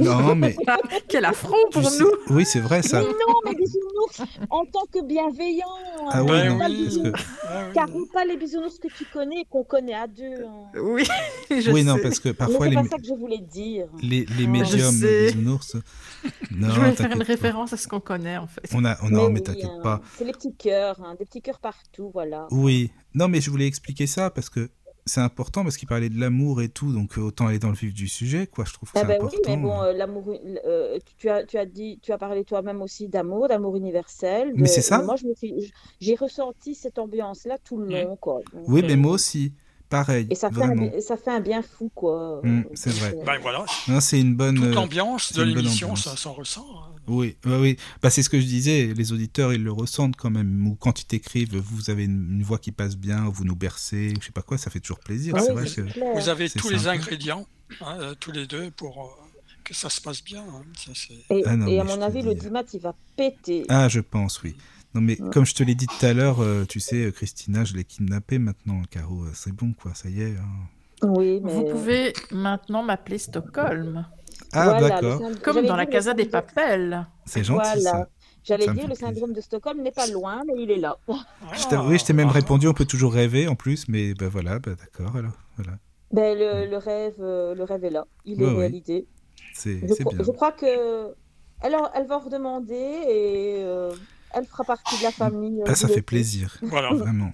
S4: Non, mais.
S5: Ah, quel affront
S4: tu
S5: pour
S4: sais-
S5: nous
S4: Oui, c'est vrai,
S6: Mais
S4: ça.
S6: non, mais bisounours en tant que bienveillant.
S4: Ah
S6: hein,
S4: oui,
S3: Ben
S4: non.
S6: pas
S3: oui.
S6: le
S4: parce
S6: bisounours.
S4: que-
S3: Ah, oui.
S6: Car ou pas les bisounours que tu connais et qu'on connaît à deux. hein.
S5: Oui, je
S4: oui, non,
S5: sais.
S4: parce que
S6: Mais
S4: parfois,
S6: c'est
S4: les,
S6: pas ça que je voulais dire.
S4: les, les
S5: Je
S4: médiums,
S5: sais.
S4: les bisounours. Non,
S5: je voulais faire une
S4: t'inquiète pas.
S5: référence à ce qu'on connaît, en fait.
S4: On a, on non,
S6: Mais
S4: mais
S6: oui,
S4: t'inquiète
S6: hein,
S4: pas.
S6: C'est les petits cœurs, hein, des petits cœurs partout, voilà.
S4: Oui. Non, mais je voulais expliquer ça parce que c'est important parce qu'il parlait de l'amour et tout, donc euh, autant aller dans le vif du sujet, quoi. Je trouve que
S6: Ah
S4: c'est
S6: ben oui,
S4: important.
S6: mais bon, euh, l'amour, euh, tu- tu as, tu as dit, tu as parlé toi-même aussi d'amour, d'amour universel.
S4: Mais
S6: de-
S4: c'est ça.
S6: Moi, je me suis, j'ai ressenti cette ambiance-là tout le
S3: Mm.
S6: long, quoi.
S4: Oui, mais
S6: Euh,
S4: moi aussi. Pareil,
S6: Et ça fait, un,
S4: vraiment.
S6: bi- ça fait un bien fou, quoi.
S4: Mm,
S6: Euh,
S4: c'est vrai.
S6: donc, euh,
S5: Bah,
S3: Ben voilà,
S4: Non, c'est une bonne.
S3: toute
S4: euh,
S3: l'ambiance
S4: c'est
S3: de
S4: une bonne
S3: l'émission,
S4: ambiance.
S3: ça s'en ressent. hein.
S4: Oui, bah oui. Bah, c'est ce que je disais, les auditeurs, ils le ressentent quand même. Ou quand ils t'écrivent, vous avez une, une voix qui passe bien, ou vous nous bercez, ou je sais pas quoi, ça fait toujours plaisir.
S6: oui,
S4: c'est vrai
S6: c'est
S4: que...
S6: clair.
S3: Vous avez
S4: C'est
S3: tous les
S4: sympa.
S3: ingrédients, hein, euh, tous les deux, pour euh, que ça se passe bien. hein. Ça, c'est-
S6: Et,
S4: Ah non,
S6: et à
S4: mais je
S6: mon
S4: te
S6: avis,
S4: dis,
S6: le
S4: euh,
S6: dimat, il va péter.
S4: Ah, je pense, oui. Non, mais
S6: Ouais.
S4: comme je te l'ai dit tout à l'heure, euh, tu sais, euh, Christina, je l'ai kidnappée maintenant, Caro. euh, C'est bon, quoi, ça y est. hein.
S6: Oui, mais...
S5: Vous pouvez maintenant m'appeler Stockholm,
S4: Ah,
S6: Voilà, le
S4: d'accord.
S6: syndrome-
S5: comme
S6: j'allais
S5: dans la
S6: dire le
S5: Casa des
S6: syndrome-
S5: Papels.
S4: C'est gentil,
S6: Voilà.
S4: ça.
S6: J'allais
S4: Ça me
S6: dire,
S4: fait
S6: le syndrome de Stockholm n'est pas loin, mais il est là.
S4: Je t'ai- oui, je t'ai
S6: Ah.
S4: même répondu, on peut toujours rêver en plus, mais bah voilà, bah d'accord, alors. Voilà.
S6: Ben, le, le rêve, euh, le rêve est là. Il est
S4: Ouais, ouais.
S6: réalisé.
S4: C'est
S6: Je,
S4: c'est
S6: cro-
S4: bien.
S6: je crois que. Alors, elle va en redemander et euh, elle fera partie de la famille. euh,
S4: Ah, ça
S6: du
S4: fait
S6: Lotus.
S4: plaisir,
S3: Voilà,
S4: vraiment.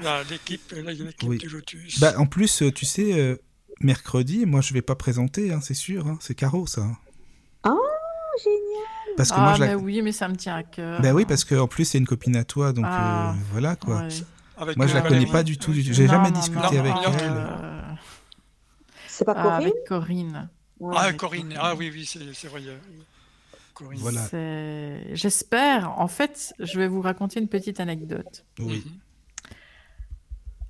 S3: là, l'équipe là, il y a l'équipe
S4: Oui.
S3: du Lotus.
S4: Bah, en plus, euh, tu sais, euh, mercredi, moi, je vais pas présenter, hein, c'est sûr. hein, c'est Caro, ça.
S6: Oh, génial
S4: Parce que
S5: ah,
S4: moi, je la-
S5: mais oui, mais ça me tient à cœur.
S4: Bah oui, parce qu'en plus, c'est une copine à toi, donc
S5: Ah,
S4: euh, voilà, quoi.
S5: Ouais.
S3: Avec,
S4: Moi, je la
S3: euh,
S4: connais
S3: Valérie.
S4: pas du tout. du-
S3: Ok.
S4: J'ai
S5: Non,
S4: jamais
S5: non,
S4: discuté
S5: non,
S4: avec
S5: non,
S4: elle.
S5: euh,
S6: C'est pas
S5: ah,
S6: Corinne
S5: avec Corinne.
S3: Ah, Corinne, ah oui, oui, c'est c'est vrai. euh, Corinne.
S4: Voilà.
S5: C'est- J'espère. En fait, je vais vous raconter une petite anecdote.
S4: Oui.
S3: Mhm.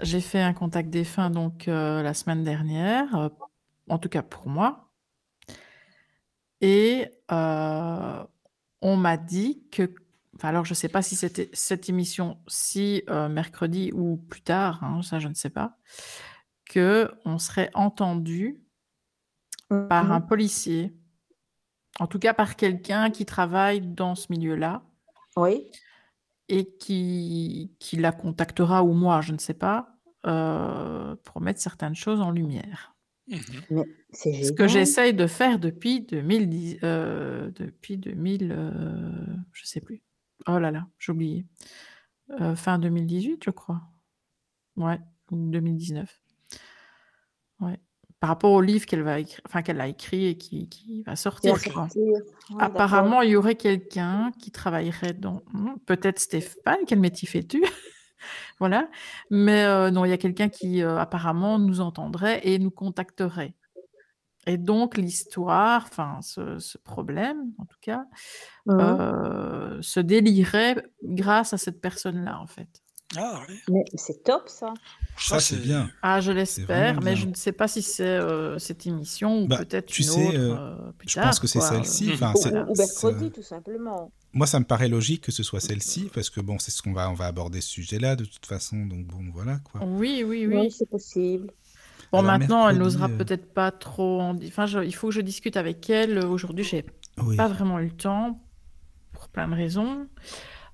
S5: J'ai fait un contact défunt donc euh, la semaine dernière, euh, en tout cas pour moi, et euh, on m'a dit que, enfin, alors je ne sais pas si c'était cette émission, si euh, mercredi ou plus tard, hein, ça je ne sais pas, que on serait entendu
S6: Mhm.
S5: par un policier, en tout cas par quelqu'un qui travaille dans ce milieu-là
S6: Oui.
S5: et qui, qui la contactera ou moi, je ne sais pas, euh, pour mettre certaines choses en lumière.
S3: Mhm.
S6: C'est
S5: Ce
S6: génial.
S5: que j'essaye de faire depuis 2010, euh, depuis 2000, euh, je sais plus. Oh là là, j'ai oublié. Euh, fin 2018, je crois. Ouais, ou 2019. Ouais. Par rapport au livre qu'elle va écri- enfin qu'elle a écrit et qui, qui va sortir.
S3: Ok.
S5: quoi.
S6: Ouais,
S4: Ah,
S5: Apparemment, il y aurait quelqu'un qui travaillerait dans. Hmm, Peut-être Stéphane, quel métier fais-tu Voilà. Mais euh, non, il y a quelqu'un qui euh, apparemment nous entendrait et nous contacterait. Et donc, l'histoire, enfin, ce, ce problème, en tout cas,
S4: Mmh.
S6: d'accord. Mhm.
S5: euh, se délirait grâce à cette personne-là, en fait.
S3: Ah oui,
S6: Mais c'est top, ça.
S4: Ça, c'est bien.
S5: Ah, je l'espère,
S4: vraiment
S5: mais
S4: bien.
S5: je ne sais pas si c'est euh, cette émission ou
S4: Bah,
S5: peut-être
S4: tu
S5: une
S4: sais,
S5: autre.
S4: euh,
S5: euh, plus
S4: Je
S5: tard,
S4: pense que c'est
S5: quoi.
S4: celle-ci.
S3: Mhm.
S4: Enfin,
S6: Ou,
S4: Ah, c'est- euh,
S5: voilà.
S6: ou- ou mercredi,
S4: c'est-
S6: tout simplement.
S4: Moi, ça me paraît logique que ce soit celle-ci, parce que bon, c'est ce qu'on va, on va aborder ce sujet-là de toute façon, donc bon, voilà quoi.
S5: Oui, oui, oui.
S6: Oui, c'est possible.
S5: Bon,
S4: Alors,
S5: maintenant, elle
S4: mercredi,
S5: n'osera
S4: euh,
S5: peut-être pas trop. En... di- Enfin, je- il faut que je discute avec elle. Aujourd'hui, j'ai
S4: Oui.
S5: pas vraiment eu le temps pour plein de raisons.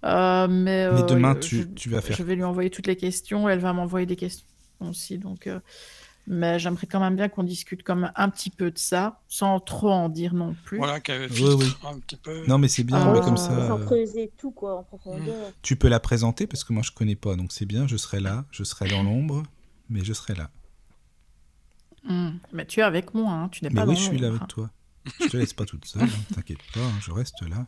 S5: Euh, mais,
S4: Mais
S5: euh,
S4: demain,
S5: je-
S4: tu, tu vas faire.
S5: Je vais lui envoyer toutes les questions. Elle va m'envoyer des questions aussi. Donc, euh, mais j'aimerais quand même bien qu'on discute comme un petit peu de ça, sans trop en dire non plus.
S3: Voilà, qu'elle
S4: Oui,
S3: filtre
S4: oui.
S3: un petit peu.
S4: Non, mais c'est bien,
S5: Ah,
S4: mais
S5: oui,
S4: comme
S5: oui,
S4: ça,
S5: oui,
S6: Sans
S4: euh,
S6: creuser tout, quoi, en
S5: Hmm.
S6: profondeur.
S4: tu peux la présenter parce que moi je connais pas, donc c'est bien. Je serai là, je serai dans l'ombre, mais je serai là.
S5: Hum. Mais tu es avec moi, hein, tu n'es
S4: Mais
S5: pas
S4: oui,
S5: dans
S4: je suis là avec
S5: l'ombre, hein.
S4: toi. Je te laisse pas toute seule, hein, t'inquiète pas, hein, je reste là.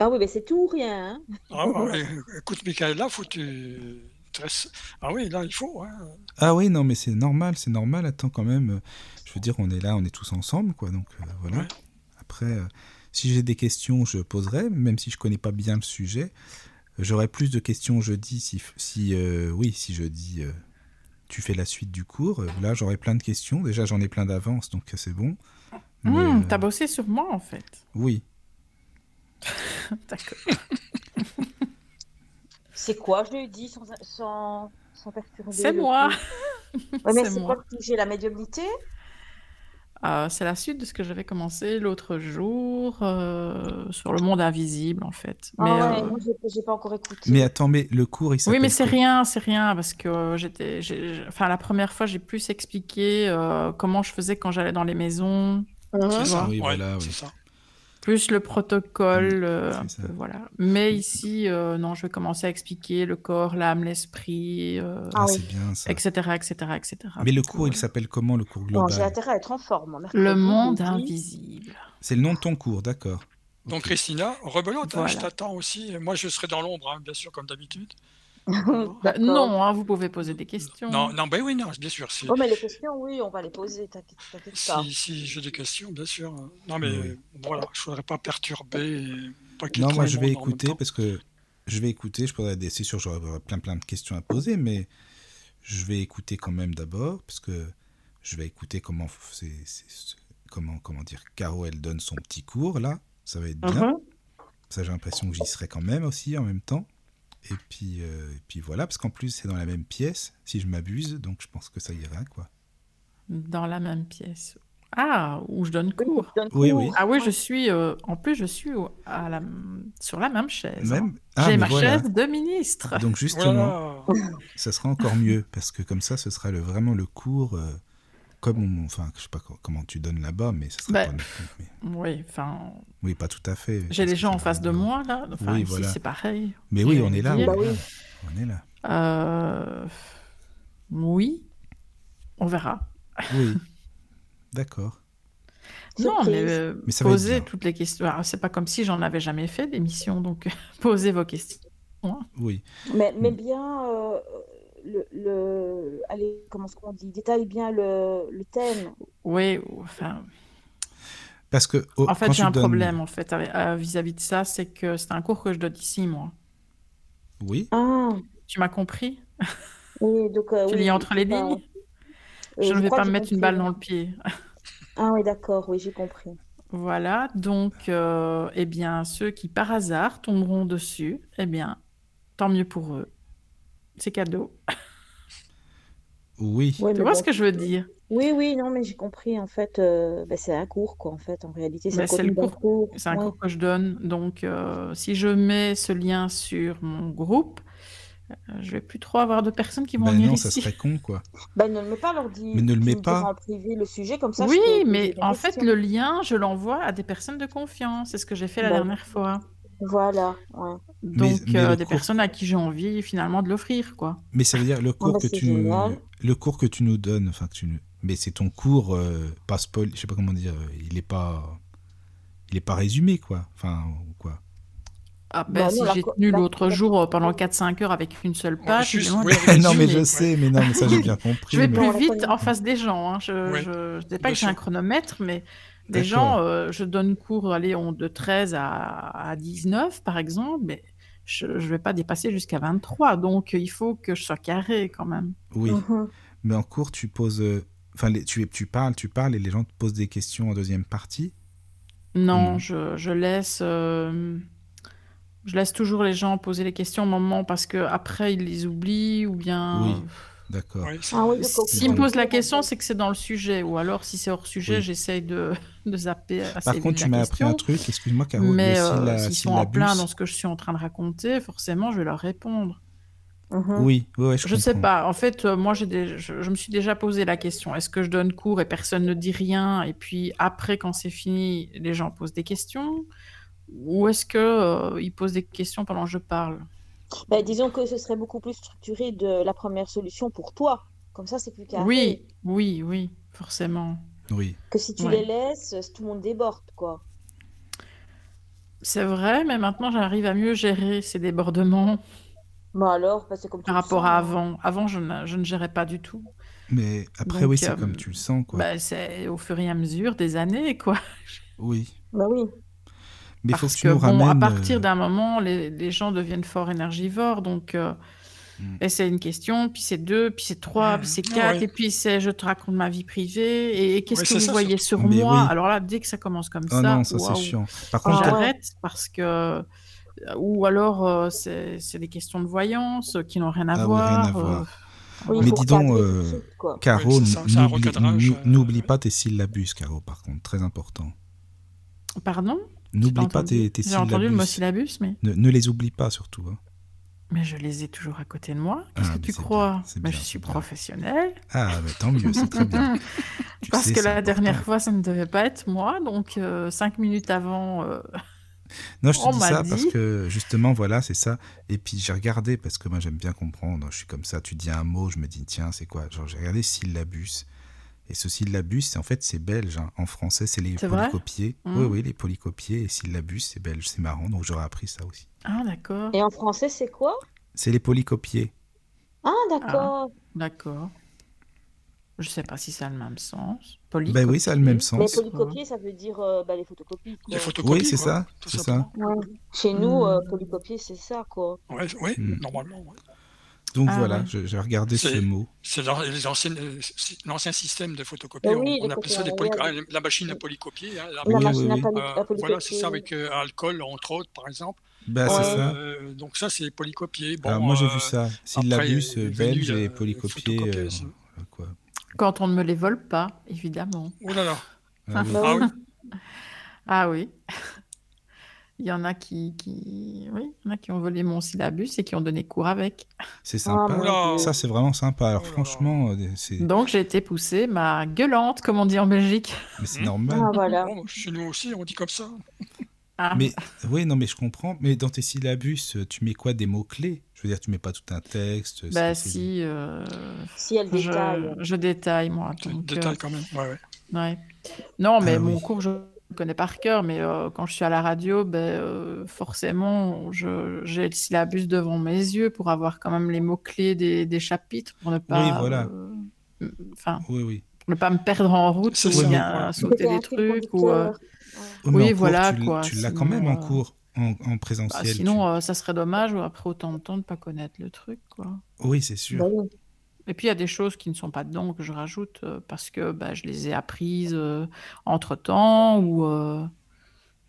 S6: Ah oui, mais c'est tout ou rien. hein.
S3: Ah, ah ouais, écoute, Michael, là, faut que tu. te restes- Ah oui, là, il faut. hein.
S4: Ah oui, non, mais c'est normal, c'est normal. Attends, quand même, euh, je veux dire, on est là, on est tous ensemble, quoi. Donc euh, voilà.
S3: Ouais.
S4: Après, euh, si j'ai des questions, je poserai, même si je connais pas bien le sujet. J'aurai plus de questions jeudi si, si euh, oui, si jeudi euh, tu fais la suite du cours. Euh, Là, j'aurai plein de questions. Déjà, j'en ai plein d'avance, donc euh, c'est bon. Mais,
S5: Hum,
S4: euh,
S5: T'as bossé sur moi, en fait.
S4: oui.
S5: D'accord.
S6: C'est quoi Je l'ai dit sans, sans, sans perturber.
S5: C'est
S6: le
S5: moi.
S6: truc. Ouais, mais
S5: C'est
S6: c'est
S5: moi.
S6: quoi le sujet La médiumnité
S5: Euh, c'est la suite de ce que j'avais commencé l'autre jour euh, sur le monde invisible, en fait. Mais,
S6: Ah ouais,
S5: euh,
S6: moi, j'ai- j'ai pas encore écouté.
S4: Mais attends, mais le cours, il
S5: Oui,
S4: s'appelle
S5: mais c'est
S4: quoi
S5: rien, c'est rien, parce que euh, j'étais, j'ai- j'ai- enfin, la première fois, j'ai plus expliqué euh, comment je faisais quand j'allais dans les maisons,
S3: C'est ça.
S5: Tu
S4: vois. Oui,
S3: ouais,
S4: voilà, oui.
S3: c'est ça.
S5: plus le protocole, euh,
S4: c'est
S5: un
S4: ça.
S5: peu, voilà. Mais ici, euh, non, je vais commencer à expliquer le corps, l'âme, l'esprit, euh,
S4: Ah,
S6: Ah
S4: c'est
S6: oui.
S4: bien ça.
S5: etc., etc., etc.
S4: Mais le
S5: Donc,
S4: cours, il
S5: voilà.
S4: s'appelle comment le cours
S6: Bon, j'ai
S4: global
S6: intérêt à être en forme. moi, mercredi,
S5: le monde
S6: jeudi.
S5: invisible.
S4: C'est le nom de ton cours, d'accord.
S3: Donc,
S4: Ok.
S3: Christina, rebelote, hein, je
S5: Voilà.
S3: t'attends aussi. Moi, je serai dans l'ombre, hein, bien sûr, comme d'habitude.
S5: Bah,
S6: D'accord.
S5: non, hein, vous pouvez poser des questions.
S3: Non, non, ben oui, non, bien sûr. Si,
S6: Oh, mais les questions, oui, on va les poser, t'inquiète t'inquiète pas.
S3: si, si j'ai des questions, bien sûr. Non, mais
S4: Oui.
S3: euh, voilà, je ne voudrais pas perturber. et Pas qu'il y ait
S4: Non,
S3: trop
S4: moi
S3: de
S4: je vais
S3: monde en même
S4: écouter
S3: temps.
S4: parce que je vais écouter. Je pourrais, c'est sûr, j'aurai plein plein de questions à poser, mais je vais écouter quand même d'abord parce que je vais écouter comment f- c'est, c'est- c'est- comment comment dire. Caro, elle donne son petit cours là. Ça va être bien. Ça, j'ai l'impression que j'y serai quand même aussi en même temps. Et puis euh, et puis voilà, parce qu'en plus c'est dans la même pièce, si je m'abuse, donc je pense que ça ira quoi.
S5: Dans la même pièce. Ah, où je donne cours.
S6: Donne
S4: Oui,
S6: cours.
S4: oui.
S5: Ah oui, je suis. euh, en plus, je suis au- à la, sur la même chaise. hein.
S4: Même. Ah,
S5: J'ai
S4: mais
S5: ma
S4: voilà.
S5: chaise de ministre.
S3: Voilà.
S4: Donc justement. ça sera encore mieux parce que comme ça, ce sera le, vraiment le cours euh, comme on, enfin, je sais pas co- comment tu donnes là-bas, mais ça sera
S5: Bah.
S4: pas le cours, mais-
S5: Oui, enfin,
S4: oui, pas tout à fait.
S5: j'ai
S4: parce
S5: les
S4: que
S5: gens
S4: ça
S5: en
S4: va
S5: face de
S4: mieux.
S5: moi là. Enfin,
S4: Oui,
S5: ici,
S4: voilà.
S5: c'est pareil.
S4: Mais oui,
S5: j'ai
S4: on
S5: envie
S4: est
S5: de
S4: là, on est
S5: dire.
S4: là,
S6: Bah oui.
S4: on est là.
S5: Euh, Oui, on verra.
S4: Oui, d'accord.
S5: Non, mais
S6: Surprise.
S5: euh,
S4: Mais ça va être
S5: posez
S4: bien.
S5: toutes les questions. Alors, C'est pas comme si j'en avais jamais fait d'émission, donc posez vos questions.
S4: Oui,
S6: Mais,
S4: Mm.
S6: mais bien, euh, le, le- allez, comment est-ce qu'on dit Détaille bien le, le thème.
S5: Oui, enfin,
S4: parce que oh,
S5: en fait,
S4: quand
S5: j'ai
S4: tu
S5: un
S4: donnes-
S5: problème en fait avec- euh, vis-à-vis de ça, c'est que c'est un cours que je donne ici, moi.
S4: Oui,
S6: Ah,
S5: Tu m'as compris
S6: oui, donc. euh,
S5: Tu
S6: oui,
S5: lis entre les
S6: bah,
S5: lignes
S6: euh,
S5: Je ne vais
S6: crois
S5: pas
S6: que
S5: me
S6: j'ai
S5: mettre une
S6: compris.
S5: balle dans le pied.
S6: Ah oui, d'accord, oui, j'ai compris.
S5: Voilà, donc, euh, eh bien, ceux qui par hasard tomberont dessus, eh bien, tant mieux pour eux. C'est cadeau.
S4: oui,
S6: Ouais,
S5: Tu
S6: mais
S5: vois
S6: bon.
S5: ce que je veux dire
S6: Oui, oui, non, mais j'ai compris. En fait, euh, bah, c'est un cours, quoi. En fait, en réalité, c'est
S5: Bah,
S6: le
S5: c'est
S6: contenu
S5: le
S6: d'un
S5: cours.
S6: cours.
S5: C'est un
S6: Ouais.
S5: cours que je donne. Donc, euh, si je mets ce lien sur mon groupe, euh, je vais plus trop avoir de personnes qui vont
S4: ben
S5: venir
S4: non, ça
S5: ici.
S4: serait con quoi.
S6: Bah, ne le mets pas, leur dis.
S4: Mais ne le
S6: tu
S4: mets
S6: me
S4: pas.
S6: diras en privé le sujet, comme ça. je
S5: oui,
S6: peux poser
S5: mais
S6: des
S5: en fait,
S6: questions.
S5: le lien, je l'envoie à des personnes de confiance. C'est ce que j'ai fait la
S6: Bah.
S5: dernière fois.
S6: Voilà. ouais.
S5: Donc,
S4: mais
S5: euh,
S4: le
S5: des
S4: cours-
S5: personnes à qui j'ai envie finalement de l'offrir, quoi.
S4: Mais ça veut dire le cours
S6: bah,
S4: que
S6: c'est
S4: tu
S6: génial.
S4: le cours que tu nous donnes, enfin que tu nous- mais c'est ton cours euh, pas spoil, je sais pas comment dire, euh, il est pas il est pas résumé quoi, enfin ou quoi.
S5: Ah ben,
S6: Bah non,
S5: si
S6: la
S5: j'ai
S6: co-
S5: tenu
S6: la-
S5: l'autre
S6: la-
S5: jour euh, pendant 4-5 heures avec une seule
S3: Ouais,
S5: page,
S3: juste,
S5: évidemment,
S3: oui,
S5: je vais
S3: oui,
S4: Ah non mais
S5: résumer.
S4: je sais, mais non mais ça j'ai bien compris.
S5: Je vais
S4: mais-
S5: plus
S6: Non, la
S5: vite
S6: connaît.
S5: en face des gens. hein. Je,
S3: Oui,
S5: je, je dis pas
S3: bien
S5: que j'ai un
S3: sûr.
S5: chronomètre, mais des
S4: D'accord.
S5: gens, euh, je donne cours, allez, on, de 13 à, à 19 par exemple, mais je ne vais pas dépasser jusqu'à 23. Donc il faut que je sois carré quand même.
S4: Oui,
S6: Mhm.
S4: mais en cours, tu poses. euh, Enfin, les- tu, tu parles, tu parles et les gens te posent des questions en deuxième partie.
S3: Mm.
S5: Non,
S4: Mhm.
S5: je, je laisse. euh, je laisse toujours les gens poser les questions au moment parce que après ils les oublient ou bien
S4: Oui.
S5: euh,
S4: D'accord.
S3: Oui, c'est-
S6: Ah oui, je
S5: S'il me
S6: comprends.
S5: pose la question, c'est que c'est dans le sujet. Ou alors, si c'est hors sujet,
S4: Oui.
S5: j'essaye de, de zapper. assez
S4: Par
S5: vite
S4: contre, tu
S5: la
S4: m'as appris un
S5: question.
S4: truc, excuse-moi, Caro.
S5: Mais
S4: le
S5: euh,
S4: sylla-
S5: s'ils sont en
S4: syllabus.
S5: plein dans ce que je suis en train de raconter, forcément, je vais leur répondre.
S6: Mhm.
S4: Oui, ouais, ouais, je
S5: Je ne sais
S4: comprends.
S5: pas. En fait, euh, moi, j'ai des- je, je me suis déjà posé la question. Est-ce que je donne cours et personne ne dit rien Et puis après, quand c'est fini, les gens posent des questions Ou est-ce que euh, ils posent des questions pendant que je parle
S6: Bah, disons que ce serait beaucoup plus structuré de la première solution pour toi. Comme ça, c'est plus carré.
S5: Oui, oui, oui, forcément.
S4: Oui.
S6: Que si tu
S5: Ouais.
S6: les laisses, tout le monde déborde, quoi.
S5: C'est vrai, mais maintenant, j'arrive à mieux gérer ces débordements
S6: Mais alors, bah, c'est comme tu
S5: par
S6: le
S5: rapport
S6: sens,
S5: à
S6: hein.
S5: avant. Avant, je ne, je ne gérais pas du tout.
S4: Mais après,
S5: Donc,
S4: oui, c'est
S5: euh,
S4: comme tu le sens, quoi.
S5: Bah, c'est au fur et à mesure des années, quoi.
S4: oui.
S6: Bah oui.
S4: Mais il faut
S5: Parce
S4: que tu
S5: que,
S4: nous
S5: bon,
S4: ramènes.
S5: à partir
S4: euh,
S5: d'un moment, les, les gens deviennent fort énergivores. Donc, euh,
S4: Mm.
S5: et c'est une question, puis c'est deux, puis c'est trois,
S3: Mm.
S5: puis c'est quatre,
S3: Ouais.
S5: et puis c'est je te raconte ma vie privée, et, et
S3: Ouais,
S5: qu'est-ce que
S3: c'est
S5: vous
S3: ça,
S5: voyez sur
S4: Mais
S5: moi
S4: oui.
S5: Alors là, dès que ça commence comme
S4: Oh
S5: ça,
S4: non, ça
S5: waouh, Ah
S4: c'est chiant. Par
S3: Ah
S4: contre, t'as-
S5: j'arrête parce que. euh, Ou alors, euh, c'est c'est des questions de voyance euh, qui n'ont rien à
S4: Ah oui,
S5: voir. euh,
S4: rien à voir.
S6: Oui,
S4: Mais
S6: faut
S4: dis
S6: recadrer
S4: donc,
S6: tout de
S4: euh,
S6: suite, quoi.
S4: Caro,
S3: Ouais, c'est ça, c'est un
S4: n'oublie-
S3: recadrage,
S4: n'ou-
S3: euh,
S4: n'oublie
S3: ouais.
S4: pas tes syllabus, Caro, par contre, très important.
S5: Pardon J'ai
S4: N'oublie pas tes,
S5: entendu.
S4: tes
S5: J'ai entendu le mot
S4: syllabus.
S5: syllabus, mais.
S4: Ne, ne les oublie pas surtout. hein.
S5: Mais je les ai toujours à côté de moi. Qu'est-ce
S4: Ah,
S5: que
S4: mais
S5: tu
S4: c'est
S5: crois
S4: bien, c'est
S5: Mais
S4: bien,
S5: je
S4: c'est
S5: suis
S4: bien.
S5: professionnelle.
S4: Ah, mais tant mieux, c'est très bien. Tu
S5: Parce
S4: sais,
S5: que
S4: c'est
S5: la
S4: important.
S5: dernière fois, ça ne devait pas être moi. Donc, euh, cinq minutes avant. euh,
S4: Non, je te
S5: on
S4: dis
S5: m'a
S4: ça parce
S5: dit.
S4: que justement, voilà, c'est ça. Et puis j'ai regardé parce que moi j'aime bien comprendre. Je suis comme ça. Tu dis un mot, je me dis tiens, c'est quoi Genre j'ai regardé syllabus. Et ce syllabus, c'est en fait c'est belge. hein. En français, c'est les
S5: C'est vrai
S4: polycopiés.
S5: Mhm.
S4: Oui, oui, les polycopiés et syllabus, c'est belge. C'est marrant. Donc j'aurais appris ça aussi.
S5: Ah, d'accord.
S6: Et en français, c'est quoi?
S4: C'est les polycopiés.
S6: Ah, d'accord.
S5: D'accord. Je ne sais pas si ça a le même sens. Polycopié.
S4: Ben oui, ça a le même
S6: Mais
S4: sens.
S6: polycopier, ça veut dire euh, bah, les photocopies, quoi.
S3: Les photocopies.
S4: oui, c'est
S3: quoi,
S4: ça,
S3: tout
S4: c'est ça.
S3: simplement.
S6: Chez nous, euh,
S5: Hmm.
S6: polycopier, c'est ça, quoi.
S3: Ouais, ouais,
S4: Mm.
S3: normalement. ouais.
S4: Donc
S5: Ah,
S4: voilà,
S5: ouais.
S4: je- j'ai regardé
S3: C'est-
S4: ce mot.
S3: C'est l'an- les anciennes, euh, si- l'ancien système de photocopie.
S6: Mais
S3: on-
S6: Eh oui,
S3: on
S6: les
S3: appelait ça des
S6: copies en
S3: poly-
S6: réel.
S3: ah, la machine à polycopier.
S5: Ah,
S3: hein, la-
S6: La
S4: Oui,
S6: machine à
S4: oui, oui.
S3: euh,
S6: poly- à polycopier. Ah,
S3: voilà, c'est ça avec euh, alcool, entre autres, par exemple.
S4: Bah
S6: Ouais.
S4: c'est ça.
S3: Euh, donc ça, c'est polycopié. Bon,
S4: Alors moi j'ai
S3: euh,
S4: vu ça.
S3: après,
S4: Syllabus
S3: est
S4: euh,
S3: venu,
S4: belge
S3: euh,
S4: et
S3: le
S4: polycopiés.
S3: photocopier,
S4: euh,
S3: ça.
S4: quoi.
S5: Quand on ne me les vole pas, évidemment.
S3: Oh là là.
S4: Ah oui.
S6: Bah
S3: Ah
S6: oui.
S3: oui,
S5: Ah oui. Il y en a qui, qui... Oui, il y en a qui ont volé mon syllabus et qui ont donné cours avec.
S4: C'est
S6: Ah,
S4: sympa.
S6: mon
S3: Oula.
S6: Dieu.
S4: Ça, c'est vraiment sympa. Alors,
S3: Oh là là.
S4: franchement, euh, c'est
S5: Donc, j'ai été poussée, ma gueulante, comme on dit en Belgique.
S4: mais c'est
S3: Hmm.
S4: normal.
S6: Ah, voilà.
S3: Bon, chez nous aussi, on dit comme ça.
S5: Ah.
S4: Mais euh, oui, non, mais je comprends. Mais dans tes syllabus, euh, tu mets quoi Des mots-clés Je veux dire, tu mets pas tout un texte. c'est-
S5: Bah
S4: c'est-
S5: si, euh,
S6: Si elle détaille.
S5: je, je détaille moi.
S3: C'est un
S5: donc,
S3: détail quand même. Ouais, ouais.
S5: euh, ouais. Non, mais
S4: Ah
S5: mon
S4: oui.
S5: cours, je le connais par cœur, mais euh, quand je suis à la radio, ben, euh, forcément, je- j'ai le syllabus devant mes yeux pour avoir quand même les mots-clés des, des chapitres, pour ne pas,
S4: voilà.
S5: euh, euh, enfin,
S4: Oui, oui.
S5: pour ne pas me perdre en route
S3: C'est
S5: ou
S3: ça,
S5: bien
S3: ouais.
S5: sauter
S6: C'était un
S5: des
S6: fil
S5: trucs. Ou, euh,
S6: conducteur.
S4: Oh, mais
S5: Oui,
S4: en cours,
S5: voilà,
S4: tu, l-
S5: quoi,
S4: Tu l'as quand
S5: sinon,
S4: même en
S5: euh,
S4: cours, en, en
S5: bah,
S4: présentiel. tu-
S5: sinon, euh, ça serait dommage ou après autant de temps de pas connaître le truc, quoi.
S4: Oui, c'est sûr.
S6: Bah oui.
S5: Et puis il y a des choses qui ne sont pas dedans que je rajoute euh, parce que bah, je les ai apprises entre temps ou. euh,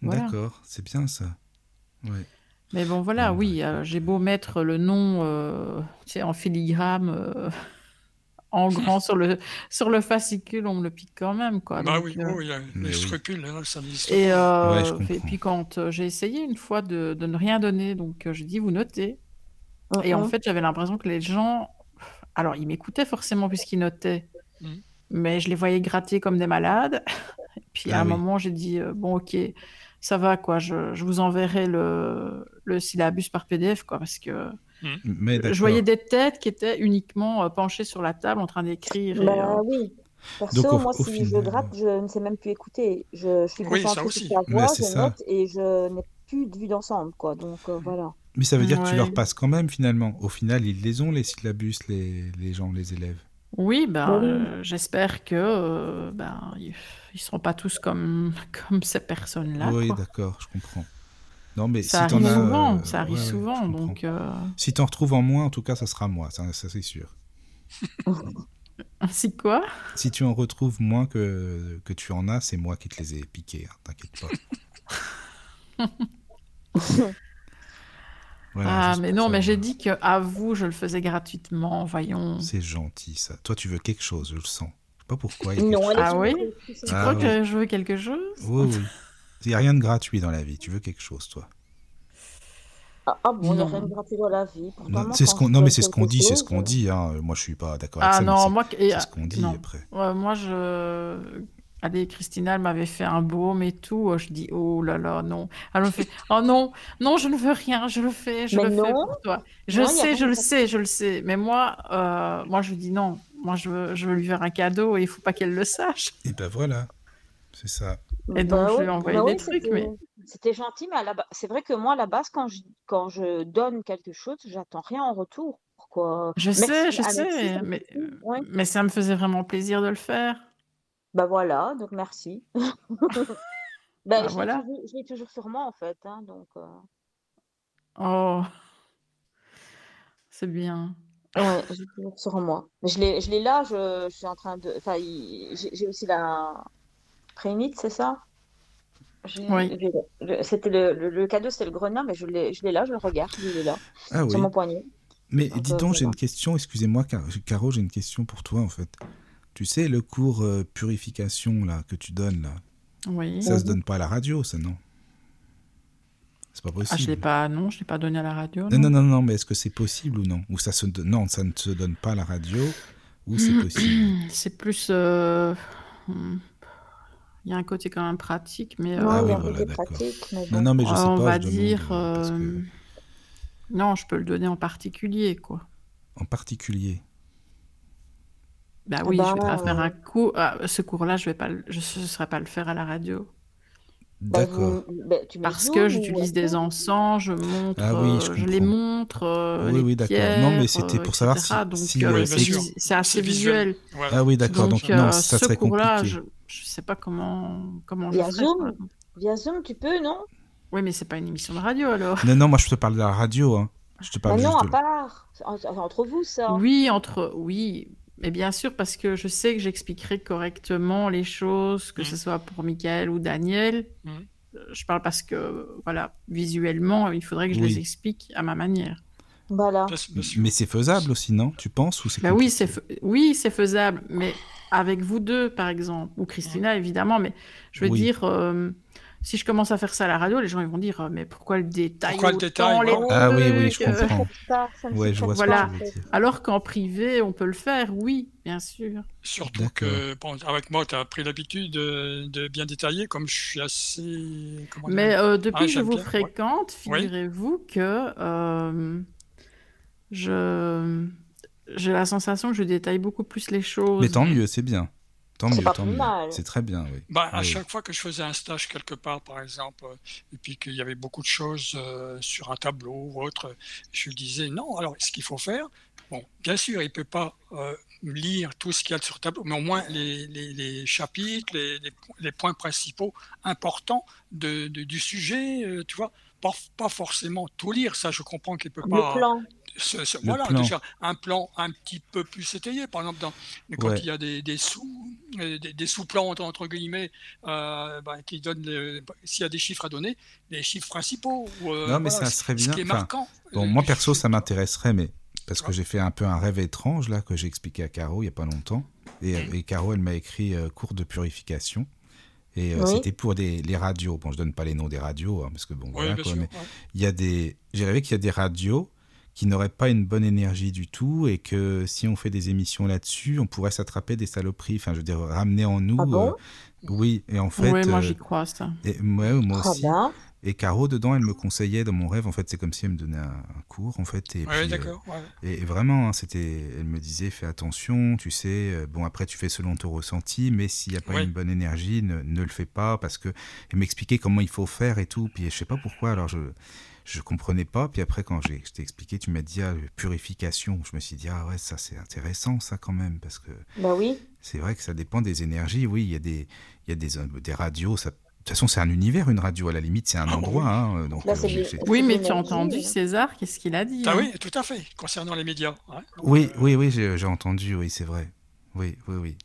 S5: voilà.
S4: D'accord, c'est bien ça. Ouais.
S5: Mais bon voilà,
S4: Ouais,
S5: oui, euh, j'ai beau mettre le nom, euh, tu sais, en filigrane, euh, en grand sur le sur le fascicule, on me le pique quand même quoi.
S3: Bah
S5: Donc,
S3: oui,
S5: euh,
S3: oui, il y a
S4: Mais
S3: les
S4: oui.
S3: scrupules, là, ça n'existe
S5: Et,
S3: pas.
S5: euh,
S4: Ouais, je comprends.
S5: et puis quand euh, j'ai essayé une fois de, de ne rien donner, donc euh, j'ai dit vous notez.
S6: Mhm.
S5: Et en fait, j'avais l'impression que les gens. Alors, ils m'écoutaient forcément puisqu'ils notaient.
S4: Mm.
S3: Mhm.
S5: Mais je les voyais gratter comme des malades. Et puis, à
S4: Ah
S5: un
S4: oui.
S5: moment, j'ai dit euh, Bon, ok, ça va, quoi. Je, je vous enverrai le, le syllabus par PDF, quoi. Parce que
S4: Mais d'accord.
S5: je voyais des têtes qui étaient uniquement euh, penchées sur la table en train d'écrire. et,
S6: Bah
S5: euh,
S6: oui. Perso,
S4: hein. Donc, au-
S6: moi,
S4: au
S6: si
S4: final,
S6: je gratte, je ne sais même plus écouter. Je, je suis
S3: Oui, ça
S6: concentrée
S3: aussi.
S6: sur la
S4: Mais
S6: voix,
S4: c'est
S6: je
S4: ça.
S6: note et je n'ai plus de vue d'ensemble, quoi. Donc, euh, voilà.
S4: Mais ça veut dire que tu
S5: Ouais.
S4: leur passes quand même, finalement. Au final, ils les ont, les syllabus, les, les gens, les élèves.
S5: Oui, ben,
S6: bah Oui.
S5: euh, j'espère que euh, ben, ils ne seront pas tous comme, comme ces personnes-là.
S4: oui,
S5: quoi.
S4: d'accord, je comprends. Non, mais
S5: Ça
S4: si t'en
S5: arrive
S4: as,
S5: souvent,
S4: euh,
S5: ça arrive
S4: ouais, ouais, je
S5: souvent.
S4: comprends.
S5: Donc. euh,
S4: Si t'en retrouves en moins, en tout cas, ça sera moi, ça, ça, c'est sûr.
S5: C'est quoi
S4: Si tu en retrouves moins que, que tu en as, c'est moi qui te les ai piqués, hein, t'inquiète pas. Voilà,
S5: ah,
S4: juste
S5: mais
S4: pour
S5: non,
S4: ça.
S5: mais j'ai dit que à vous, je le faisais gratuitement, voyons.
S4: C'est gentil ça. Toi, tu veux quelque chose, je le sens. Je sais pas pourquoi. il y a
S6: Non,
S4: quelque
S6: elle est
S5: Ah
S6: sur-
S5: oui Tu
S4: Ah
S5: crois
S4: oui.
S5: que je veux quelque chose
S4: chose. Oui, oui. Il n'y a rien de gratuit dans la vie. Tu veux quelque chose, toi.
S6: Ah, ah bon, il n'y
S5: Non.
S6: a rien de gratuit dans la vie. Pourtant,
S4: Non,
S6: Bah, moi,
S4: c'est ce
S6: quand
S4: qu'on.
S6: je
S4: Non,
S6: donne
S4: mais c'est ce qu'on
S6: quelque
S4: dit, c'est ce
S6: chose, euh.
S4: qu'on dit. hein. Moi, je suis pas d'accord avec
S5: Ah
S4: ça. mais
S5: non,
S4: c'est-
S5: moi, que- et-
S4: c'est ce qu'on dit
S5: non.
S4: après.
S5: Ouais, moi je. Allez, Christina, elle m'avait fait un baume et tout. Je dis, oh là là, non. Elle me fait, oh non, non, je ne veux rien, je le fais, je
S6: Mais
S5: le fais
S6: non.
S5: pour toi. Je
S6: Non,
S5: le
S6: il y a
S5: sais,
S6: rien
S5: je
S6: de
S5: le
S6: gratuit.
S5: sais, je le sais. Mais moi, euh, moi, je dis non. Moi, je veux, je veux lui faire un cadeau et il faut pas qu'elle le sache.
S4: Et ben voilà. C'est ça.
S5: Et donc, je lui ai
S6: ouais,
S5: envoyé des trucs,
S6: Bah c'était-
S5: mais-
S6: C'était gentil, mais à la ba- c'est vrai que moi, à la base, quand je, quand je donne quelque chose, j'attends rien en retour. Pourquoi
S5: Je
S6: Merci,
S5: sais, je
S6: ah, merci,
S5: sais,
S6: ça me
S5: mais-
S6: fait plaisir, ouais.
S5: Mais ça me faisait vraiment plaisir de le faire.
S6: Bah voilà, donc merci. ben,
S5: Bah
S6: je l'ai
S5: voilà.
S6: toujours- je l'ai toujours sur moi, en fait. hein, donc, euh,
S5: Oh, c'est bien.
S6: ouais, je l'ai toujours sur moi. Mais Je l'ai je l'ai là, je, je suis en train de. Enfin, il- j'ai j'ai aussi la prémite, c'est ça J'ai-
S5: Oui.
S6: j'ai- le- C'était le, le- le cadeau, c'était le grenat, mais je l'ai je l'ai là, je le regarde, il est là,
S4: Ah oui.
S6: sur mon poignet.
S5: Ah,
S4: Mais
S6: Donc,
S4: dis
S6: euh,
S4: donc, j'ai
S6: voilà.
S4: une question. Excusez-moi, Car- Caro, j'ai une question pour toi en fait. Tu sais, le cours euh, purification là que tu donnes là,
S5: Oui.
S4: ça se donne pas à la radio, ça non C'est pas
S5: Ah, je l'ai
S4: possible.
S5: pas, non, je l'ai pas donné à la radio.
S4: Non,
S5: non.
S4: non, non, non, mais est-ce que c'est possible ou non Ou ça se don- non, ça ne se donne pas à la radio ou c'est possible
S5: C'est plus. euh, hmm, Il y a un côté quand même pratique, mais. euh,
S6: Non,
S4: Ah
S6: il y
S4: oui,
S6: a un
S4: voilà,
S6: côté
S4: d'accord.
S6: pratique, mais
S4: Non,
S6: bon.
S4: non, mais je
S5: euh,
S4: sais pas.
S5: on va
S4: je demande,
S5: dire.
S4: euh, parce que-
S5: euh, Non, je peux le donner en particulier, quoi.
S4: en particulier.
S5: Bah oui, je vais
S6: Bah,
S5: pas faire un cours. ah, ce cours-là, je vais pas, le- je ne saurais pas le faire à la radio.
S6: Bah,
S4: D'accord.
S6: vous- bah, tu mets
S5: Parce
S6: Zoom
S5: que
S6: ou
S5: j'utilise
S6: WhatsApp.
S5: des encens, je montre,
S4: Ah oui, je
S5: euh, les
S4: comprends.
S5: montre, euh,
S4: Oui,
S5: les
S4: oui, d'accord.
S5: pierres,
S4: Non, mais c'était pour savoir si-
S5: etc. Donc,
S4: si,
S5: euh,
S3: Oui, bien
S5: c'est
S3: sûr.
S5: vis- c'est assez
S3: C'est visuel.
S5: visuel.
S3: Voilà.
S4: Ah oui, d'accord.
S5: Donc,
S4: Donc,
S5: euh,
S4: non, ça
S5: ce
S4: serait
S5: cours-là,
S4: compliqué.
S5: je je sais pas comment, comment je
S6: Via
S5: ferais.
S6: Zoom Via Zoom, tu peux, non
S5: Oui, mais c'est pas une émission de radio alors.
S4: Non, non, moi je te parle de la radio. Hein. Je te
S6: Bah
S4: parle
S6: non,
S4: juste
S6: à
S4: de.
S6: part. En- Entre vous, ça.
S4: Mm.
S5: Oui, entre oui, mais bien sûr parce que je sais que j'expliquerai correctement les choses, que
S3: Mhm.
S5: ce soit pour Michael ou Daniel.
S3: Mhm.
S5: Euh, Je parle parce que voilà, visuellement, il faudrait que je
S4: Oui.
S5: les explique à ma manière.
S6: Voilà.
S3: Bien sûr, bien sûr.
S4: Mais c'est faisable aussi, non Tu penses ou c'est
S5: Bah oui,
S4: compliqué
S5: c'est fa- oui, c'est faisable, mais avec vous deux par exemple ou Christina
S3: Mmh.
S5: évidemment, mais je veux
S4: Oui.
S5: dire euh, si je commence à faire ça à la radio, les gens ils vont dire euh, mais pourquoi le détail
S3: Pourquoi le
S5: autant,
S3: détail,
S5: les
S6: voilà.
S4: Ah oui, oui, je
S5: trucs, euh,
S6: Ça me
S4: comprends.
S6: fait pas- ça me
S4: Ouais,
S6: fait
S4: je
S6: pas
S4: vois
S6: ça,
S5: Voilà.
S4: ce
S6: en
S4: que tu veux
S6: fait.
S4: dire.
S5: Alors qu'en privé, on peut le faire, oui, bien sûr.
S3: Surtout que, bon, avec moi, tu as pris l'habitude de, de bien détailler, comme je suis assez. Comment dire
S5: Mais euh, depuis
S3: Ah,
S5: que je
S3: j'aime
S5: vous
S3: bien, ouais.
S5: fréquente,
S3: Oui.
S5: figurez-vous que euh, je j'ai la sensation que je détaille beaucoup plus les choses.
S4: Mais tant mieux, c'est bien. Tant
S6: C'est
S4: mieux,
S6: pas
S4: tant
S6: plus
S4: mieux.
S6: mal.
S4: C'est très bien, oui. Ah
S3: Bah, à
S4: Oui.
S3: chaque fois que je faisais un stage quelque part, par exemple, euh, et puis qu'il y avait beaucoup de choses euh, sur un tableau ou autre, je lui disais non, alors ce qu'il faut faire, bon, bien sûr, il ne peut pas euh, lire tout ce qu'il y a sur le tableau, mais au moins les, les- les chapitres, les, les po- les points principaux importants de, de- du sujet, euh, tu vois, pas, pas forcément tout lire, ça je comprends qu'il ne peut
S6: Le
S3: pas
S6: plan.
S3: ce- ce-
S4: Le
S3: voilà,
S4: plan.
S3: déjà un plan un petit peu plus étayé. Par exemple, dans, mais quand
S4: Ouais.
S3: il y a des, des sous, euh, des, des sous-plans entre, entre guillemets, euh, ben, qui donnent le- s'il y a des chiffres à donner, les chiffres principaux. ou, euh,
S4: Non, mais
S3: voilà,
S4: ça serait
S3: ce
S4: bien,
S3: qui est
S4: enfin,
S3: marquant.
S4: Bon,
S3: euh,
S4: moi
S3: du
S4: perso,
S3: sujet.
S4: ça m'intéresserait, mais parce
S3: Tu
S4: que j'ai fait un peu un rêve étrange là que j'ai expliqué à Caro il y a pas longtemps. Et, euh, et Caro, elle m'a écrit euh, cours de purification. Et euh,
S6: Oui.
S4: c'était pour des, les radios. Bon, je donne pas les noms des radios hein, parce que bon,
S3: Oui,
S4: voilà
S3: bien
S4: quoi.
S3: sûr,
S4: mais
S3: ouais.
S4: il y a des, j'ai rêvé qu'il y a des radios qui n'auraient pas une bonne énergie du tout et que si on fait des émissions là-dessus, on pourrait s'attraper des saloperies. Enfin, je veux dire, ramener en nous.
S6: Ah bon
S4: euh, oui. Et en fait,
S5: oui, moi
S4: euh,
S5: j'y crois ça.
S4: et- ouais, moi
S6: Très
S4: aussi.
S6: bien.
S4: Et Caro, dedans, elle me conseillait dans mon rêve. En fait, c'est comme si elle me donnait un, un cours, en fait.
S3: Ouais,
S4: Et, puis, euh,
S3: d'accord. ouais.
S4: et, et vraiment, hein, c'était, elle me disait, fais attention, tu sais. euh, Bon, après, tu fais selon ton ressenti, mais s'il n'y a pas
S3: Ouais.
S4: une bonne énergie, ne, ne le fais pas, parce que elle m'expliquait comment il faut faire et tout. Puis je sais pas pourquoi. Alors je je comprenais pas. Puis après, quand j'ai, je t'ai expliqué, tu m'as dit ah, purification. Je me suis dit ah ouais, ça c'est intéressant, ça quand même, parce que
S6: Bah oui.
S4: c'est vrai que ça dépend des énergies. Oui, il y a des, il y a des, euh, des radios. ça- de toute façon, c'est un univers, une radio. À la limite, c'est un
S3: Ah,
S4: endroit. hein, donc,
S6: Là, c'est
S4: euh,
S6: des-
S4: c'est-
S5: Oui,
S6: c'est
S5: mais
S6: des
S5: tu as
S6: énergies,
S5: entendu
S6: hein.
S5: César, qu'est-ce qu'il a dit
S3: Ah
S5: hein
S3: oui, tout à fait, concernant les médias. ouais. Donc,
S4: oui,
S3: euh,
S4: oui, oui, j'ai j'ai entendu. Oui, c'est vrai. Oui, oui, oui.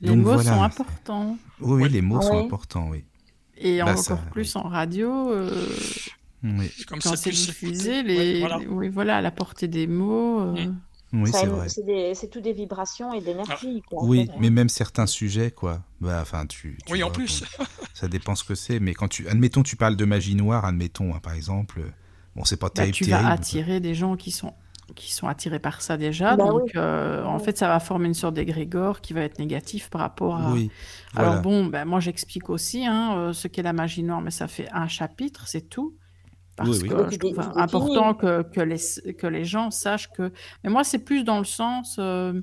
S5: Les
S4: Donc,
S5: mots
S4: voilà.
S5: sont importants.
S4: Oui, oui,
S3: Ouais.
S4: les mots
S6: Ah
S4: sont
S6: ouais.
S4: importants. Oui.
S5: Et
S4: Bah,
S5: encore
S4: ça,
S5: plus en radio. euh,
S4: Oui,
S3: Comme
S5: Quand
S3: ça,
S5: c'est
S3: plus c'est-
S5: diffusé,
S3: Ouais,
S5: les...
S3: voilà.
S5: oui, voilà, à la portée des mots. euh,
S3: Mm.
S4: oui
S6: Ça a
S4: c'est
S6: une-
S4: vrai.
S6: c'est des- c'est tout des vibrations et d'énergie.
S5: Ah,
S6: quoi, en
S4: Oui,
S6: fait.
S4: mais même certains sujets, quoi. Bah, enfin, tu. tu
S3: Oui, en
S4: vois,
S3: plus.
S4: bon, ça dépend ce que c'est, mais quand tu, admettons, tu parles de magie noire, admettons, hein, par exemple. euh, Bon, c'est pas
S5: bah,
S4: terrible,
S5: tu
S4: terrible.
S5: vas attirer des gens qui sont qui sont attirés par ça déjà.
S6: Bah
S5: donc,
S6: oui.
S5: euh, en fait, ça va former une sorte d'égrégore qui va être négatif par rapport à.
S4: Oui.
S5: euh, Alors
S4: voilà.
S5: bon, ben, moi j'explique aussi hein, euh, ce qu'est la magie noire, mais ça fait un chapitre, c'est tout. Parce
S4: Oui, oui.
S5: que
S6: Donc,
S5: je
S6: il
S5: trouve
S6: dé- il
S5: important que, que, les, que les gens sachent que... Mais moi, c'est plus dans le sens... euh,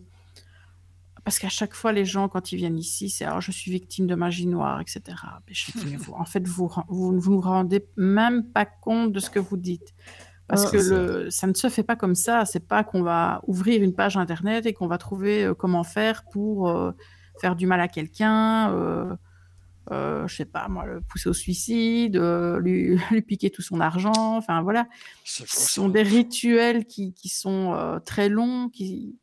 S5: parce qu'à chaque fois, les gens, quand ils viennent ici, c'est alors je suis victime de magie noire, etc. Mais je dis, mais vous- en fait, vous, ren- vous ne vous rendez même pas compte de ce que vous dites. Parce
S4: Ouais.
S5: que
S4: Ah, C'est ça.
S5: le, ça ne se fait pas comme ça. C'est pas qu'on va ouvrir une page internet et qu'on va trouver euh, comment faire pour euh, faire du mal à quelqu'un. Euh, euh, je sais pas moi, le pousser au suicide, euh, lui, lui piquer tout son argent, enfin voilà,
S3: C'est fou,
S5: ce
S3: ça.
S5: sont des rituels qui, qui sont euh, très longs, qui...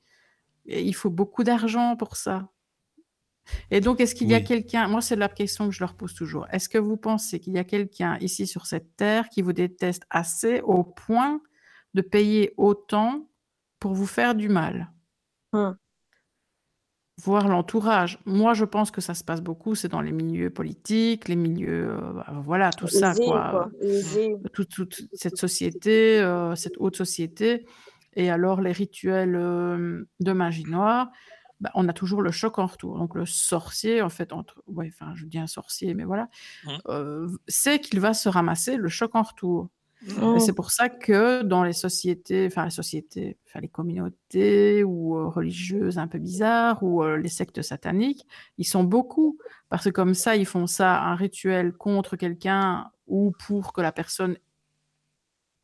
S5: et il faut beaucoup d'argent pour ça. Et donc, est-ce qu'il y a
S4: Oui.
S5: quelqu'un, moi c'est la question que je leur pose toujours, est-ce que vous pensez qu'il y a quelqu'un ici sur cette terre qui vous déteste assez au point de payer autant pour vous faire du mal
S6: Hum.
S5: Voir l'entourage. Moi, je pense que ça se passe beaucoup, c'est dans les milieux politiques, les milieux, euh, bah, voilà, tout ça,
S6: Aisé,
S5: quoi Ah.
S6: quoi, aisé.
S5: toute, toute cette société, euh, cette haute société, et alors les rituels euh, de magie noire, bah, on a toujours le choc en retour. Donc le sorcier, en fait, entre, ouais, enfin, je dis un sorcier, mais voilà,
S3: Mhm.
S5: euh, sait qu'il va se ramasser le choc en retour.
S6: Mm.
S5: Et c'est pour ça que dans les sociétés, enfin les sociétés, enfin les communautés ou euh, religieuses un peu bizarres ou euh, les sectes sataniques, ils sont beaucoup parce que comme ça ils font ça un rituel contre quelqu'un ou pour que la personne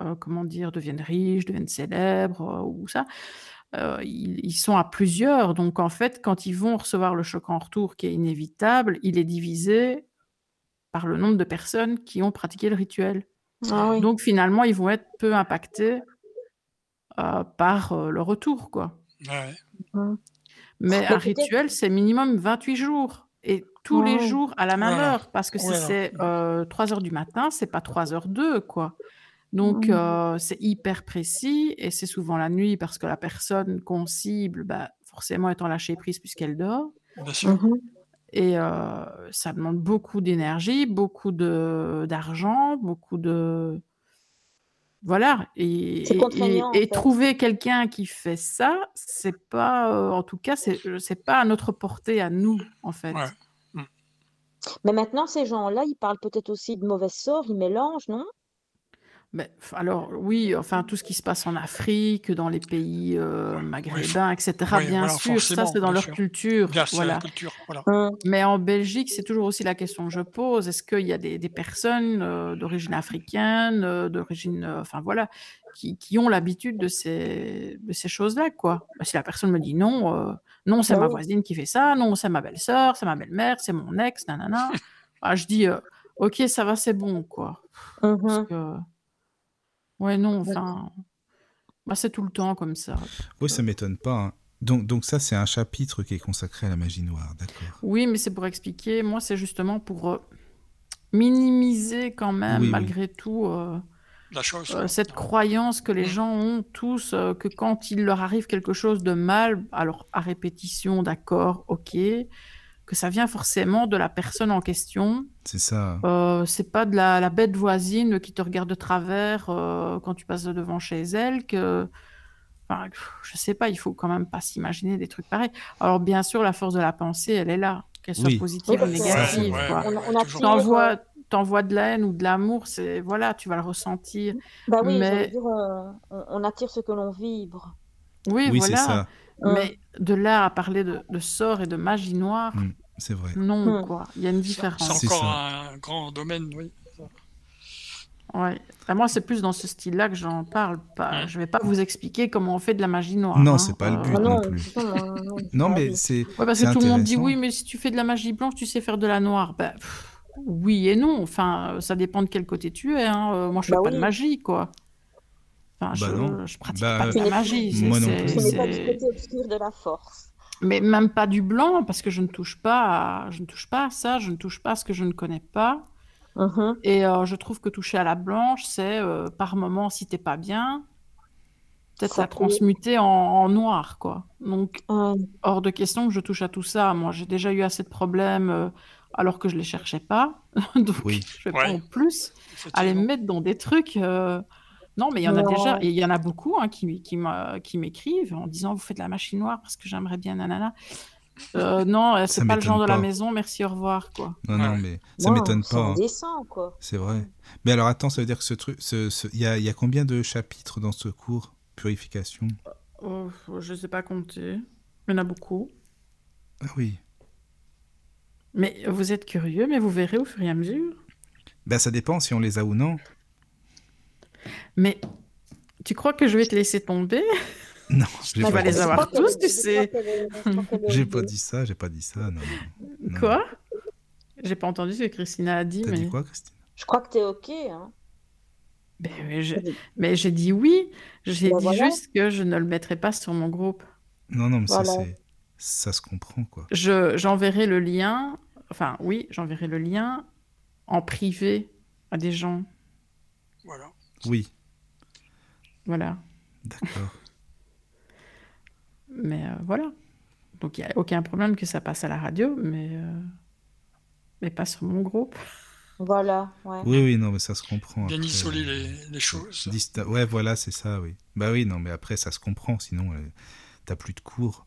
S5: euh, comment dire devienne riche, devienne célèbre euh, ou ça. Euh, ils, ils sont à plusieurs donc en fait quand ils vont recevoir le choc en retour qui est inévitable, il est divisé par le nombre de personnes qui ont pratiqué le rituel.
S6: Ah oui.
S5: Donc finalement, ils vont être peu impactés euh, par euh, le retour, quoi.
S3: Ouais.
S5: Mais
S6: Mais
S5: un
S6: peut-être-
S5: rituel, c'est minimum 28 jours. Et tous
S6: Ouais.
S5: les jours à la même
S3: Voilà.
S5: heure. Parce que si
S3: Voilà.
S5: c'est euh, 3 heures du matin, c'est pas 3 heures 2, quoi. Donc
S6: Mhm.
S5: euh, c'est hyper précis et c'est souvent la nuit parce que la personne qu'on cible, bah, forcément étant lâchée prise puisqu'elle dort.
S3: Bien sûr.
S6: Mhm.
S5: Et euh, ça demande beaucoup d'énergie, beaucoup de- d'argent, beaucoup de... Voilà. Et,
S6: C'est
S5: et-
S6: contraignant,
S5: et-
S6: en
S5: et
S6: fait.
S5: trouver quelqu'un qui fait ça, c'est pas... euh, en tout cas, c'est c'est pas à notre portée, à nous, en fait.
S3: Ouais.
S6: Mais maintenant, ces gens-là, ils parlent peut-être aussi de mauvais sort, ils mélangent, non
S5: Mais, f- alors, oui, enfin, tout ce qui se passe en Afrique, dans les pays euh,
S3: Ouais,
S5: maghrébins, etc.,
S3: ouais,
S5: bien
S3: voilà,
S5: sûr, ça,
S3: forcément,
S5: c'est dans
S3: bien
S5: leur
S3: sûr.
S5: culture.
S3: Bien, c'est
S5: voilà.
S3: la culture. Voilà.
S6: Hum.
S5: Mais en Belgique, c'est toujours aussi la question que je pose. Est-ce qu'il y a des, des personnes euh, d'origine africaine, euh, d'origine, euh, enfin voilà, qui, qui ont l'habitude de ces, de ces choses-là, quoi Bah, Si la personne me dit non, euh, non, c'est
S6: Bah
S5: ma
S6: oui.
S5: voisine qui fait ça, non, c'est ma belle-sœur, c'est ma belle-mère, c'est mon ex, nanana. Bah, je dis, euh, ok, ça va, c'est bon, quoi. Parce
S6: Mhm.
S5: que, ouais, non, enfin, bah, c'est tout le temps comme ça.
S4: Oui, ça m'étonne pas. hein. Donc, donc ça, c'est un chapitre qui est consacré à la magie noire, d'accord.
S5: Oui, mais c'est pour expliquer. Moi, c'est justement pour euh, minimiser quand même,
S4: Oui, oui.
S5: malgré tout, euh,
S3: La chose.
S5: euh,
S3: ouais.
S5: cette croyance que les gens ont tous euh, que quand il leur arrive quelque chose de mal, alors à répétition, d'accord, ok, que ça vient forcément de la personne en question.
S4: C'est ça.
S5: Euh, c'est pas de la, la bête voisine qui te regarde de travers euh, quand tu passes devant chez elle que. Enfin, pff, je sais pas, il faut quand même pas s'imaginer des trucs pareils. Alors bien sûr, la force de la pensée, elle est là, qu'elle soit
S4: Oui.
S5: positive
S6: Oui,
S5: ou
S6: parce que-
S5: négative.
S3: Ouais, ouais,
S5: quoi.
S6: On, on
S3: Ouais,
S6: a
S3: toujours.
S6: pris, euh,
S5: T'envoies, t'envoies de la haine ou de l'amour, c'est voilà, tu vas le ressentir.
S6: Bah oui, j'allais
S5: Mais-
S6: dire, euh, on, on attire ce que l'on vibre.
S5: Oui,
S4: oui,
S5: voilà.
S4: c'est ça.
S6: Hum.
S5: Mais de là à parler de, de sort et de magie noire,
S4: Mm, C'est vrai.
S5: non
S3: Hmm.
S6: Mm.
S5: quoi, il y a une
S3: C'est
S5: différence.
S4: C'est
S3: encore
S4: ça.
S3: un grand domaine, oui.
S5: Ouais. Enfin, moi, c'est plus dans ce style-là que j'en parle. Pas, je vais pas vous expliquer comment on fait de la magie noire.
S4: Non,
S5: hein.
S4: c'est pas le
S5: Euh,
S4: but.
S6: Ah
S4: non
S6: non,
S4: plus.
S6: c'est pas moi, non, c'est
S4: Non,
S6: pas
S4: mais
S6: moi.
S4: c'est...
S5: Ouais, parce
S4: C'est
S5: que tout le monde dit
S4: intéressant.
S5: oui, mais si tu fais de la magie blanche, tu sais faire de la noire. Bah, pff, oui et non. Enfin, euh, ça dépend de quel côté tu es. hein. Euh, Moi, je fais
S6: Bah
S5: pas de
S6: oui.
S5: magie, quoi. Enfin,
S4: Bah
S5: je,
S4: non.
S5: je pratique
S4: Bah,
S5: pas de
S6: euh,
S5: la magie. c'est-
S4: moi non
S5: c'est-
S4: plus.
S6: Ce n'est pas
S5: c'est-
S6: du côté obscur de la force.
S5: Mais même pas du blanc, parce que je ne touche pas, à... je ne touche pas à ça. Je ne touche pas à ce que je ne connais pas.
S6: Mhm.
S5: Et euh, je trouve que toucher à la blanche, c'est euh, par moment, si t'es pas bien, peut-être
S6: Ça
S5: la
S6: peut-
S5: transmuter en, en noir, quoi. Donc,
S6: Ouais.
S5: hors de question que je touche à tout ça. Moi, j'ai déjà eu assez de problèmes euh, alors que je les cherchais pas. Donc,
S4: Oui.
S5: je vais
S3: Ouais.
S5: pas en plus à les mettre dans des trucs. euh, Non, mais il y en a
S6: Non.
S5: déjà, et il y en a beaucoup hein, qui, qui m'a- qui m'écrivent en disant Vous faites de la machine noire parce que j'aimerais bien, nanana. Euh, non, euh, c'est
S4: Ça
S5: pas le genre
S4: m'étonne
S5: de la
S4: pas.
S5: maison, merci, au revoir, quoi.
S4: Non,
S3: Ouais.
S4: non, mais ça
S6: Non,
S4: m'étonne
S6: c'est
S4: pas. hein.
S6: indécent, quoi.
S4: C'est vrai. Mais alors attends, ça veut dire que ce truc, ce, ce- il y, a, il y a combien de chapitres dans ce cours Purification
S5: Oh, je sais pas compter. Il y en a beaucoup.
S4: Ah oui.
S5: Mais vous êtes curieux, mais vous verrez au fur et à mesure.
S4: Ben ça dépend si on les a ou non.
S5: Mais tu crois que je vais te laisser tomber
S4: Non, j'ai
S5: On va
S4: pas,
S5: les
S4: dit-
S5: avoir
S6: Je crois
S5: tous,
S6: qu'elle-
S5: tu
S6: je
S5: sais.
S6: crois qu'elle- je crois qu'elle-
S4: J'ai pas dit ça, j'ai pas dit ça. Non. Non.
S5: Quoi J'ai pas entendu ce que Christina a dit,
S4: T'as
S5: mais.
S4: dit quoi, Christine
S6: Je crois que t'es OK, hein.
S5: Ben oui, je- Mais j'ai dit oui. J'ai
S6: Ben
S5: dit
S6: voilà.
S5: juste que je ne le mettrai pas sur mon groupe.
S4: Non, non, mais ça
S6: Voilà.
S4: c'est, ça se comprend quoi.
S5: Je j'enverrai le lien. Enfin oui, j'enverrai le lien en privé à des gens.
S3: Voilà.
S4: Oui,
S5: Voilà.
S4: d'accord.
S5: Mais euh, voilà. Donc il n'y a aucun problème que ça passe à la radio, mais euh, mais pas sur mon groupe.
S6: Voilà, ouais.
S4: Oui, oui, non, mais ça se comprend.
S3: Bien
S4: après,
S3: isoler
S4: euh,
S3: les, les choses.
S4: dista- Ouais, voilà, c'est ça, oui. Bah oui, non, mais après ça se comprend, sinon euh, t'as plus de cours.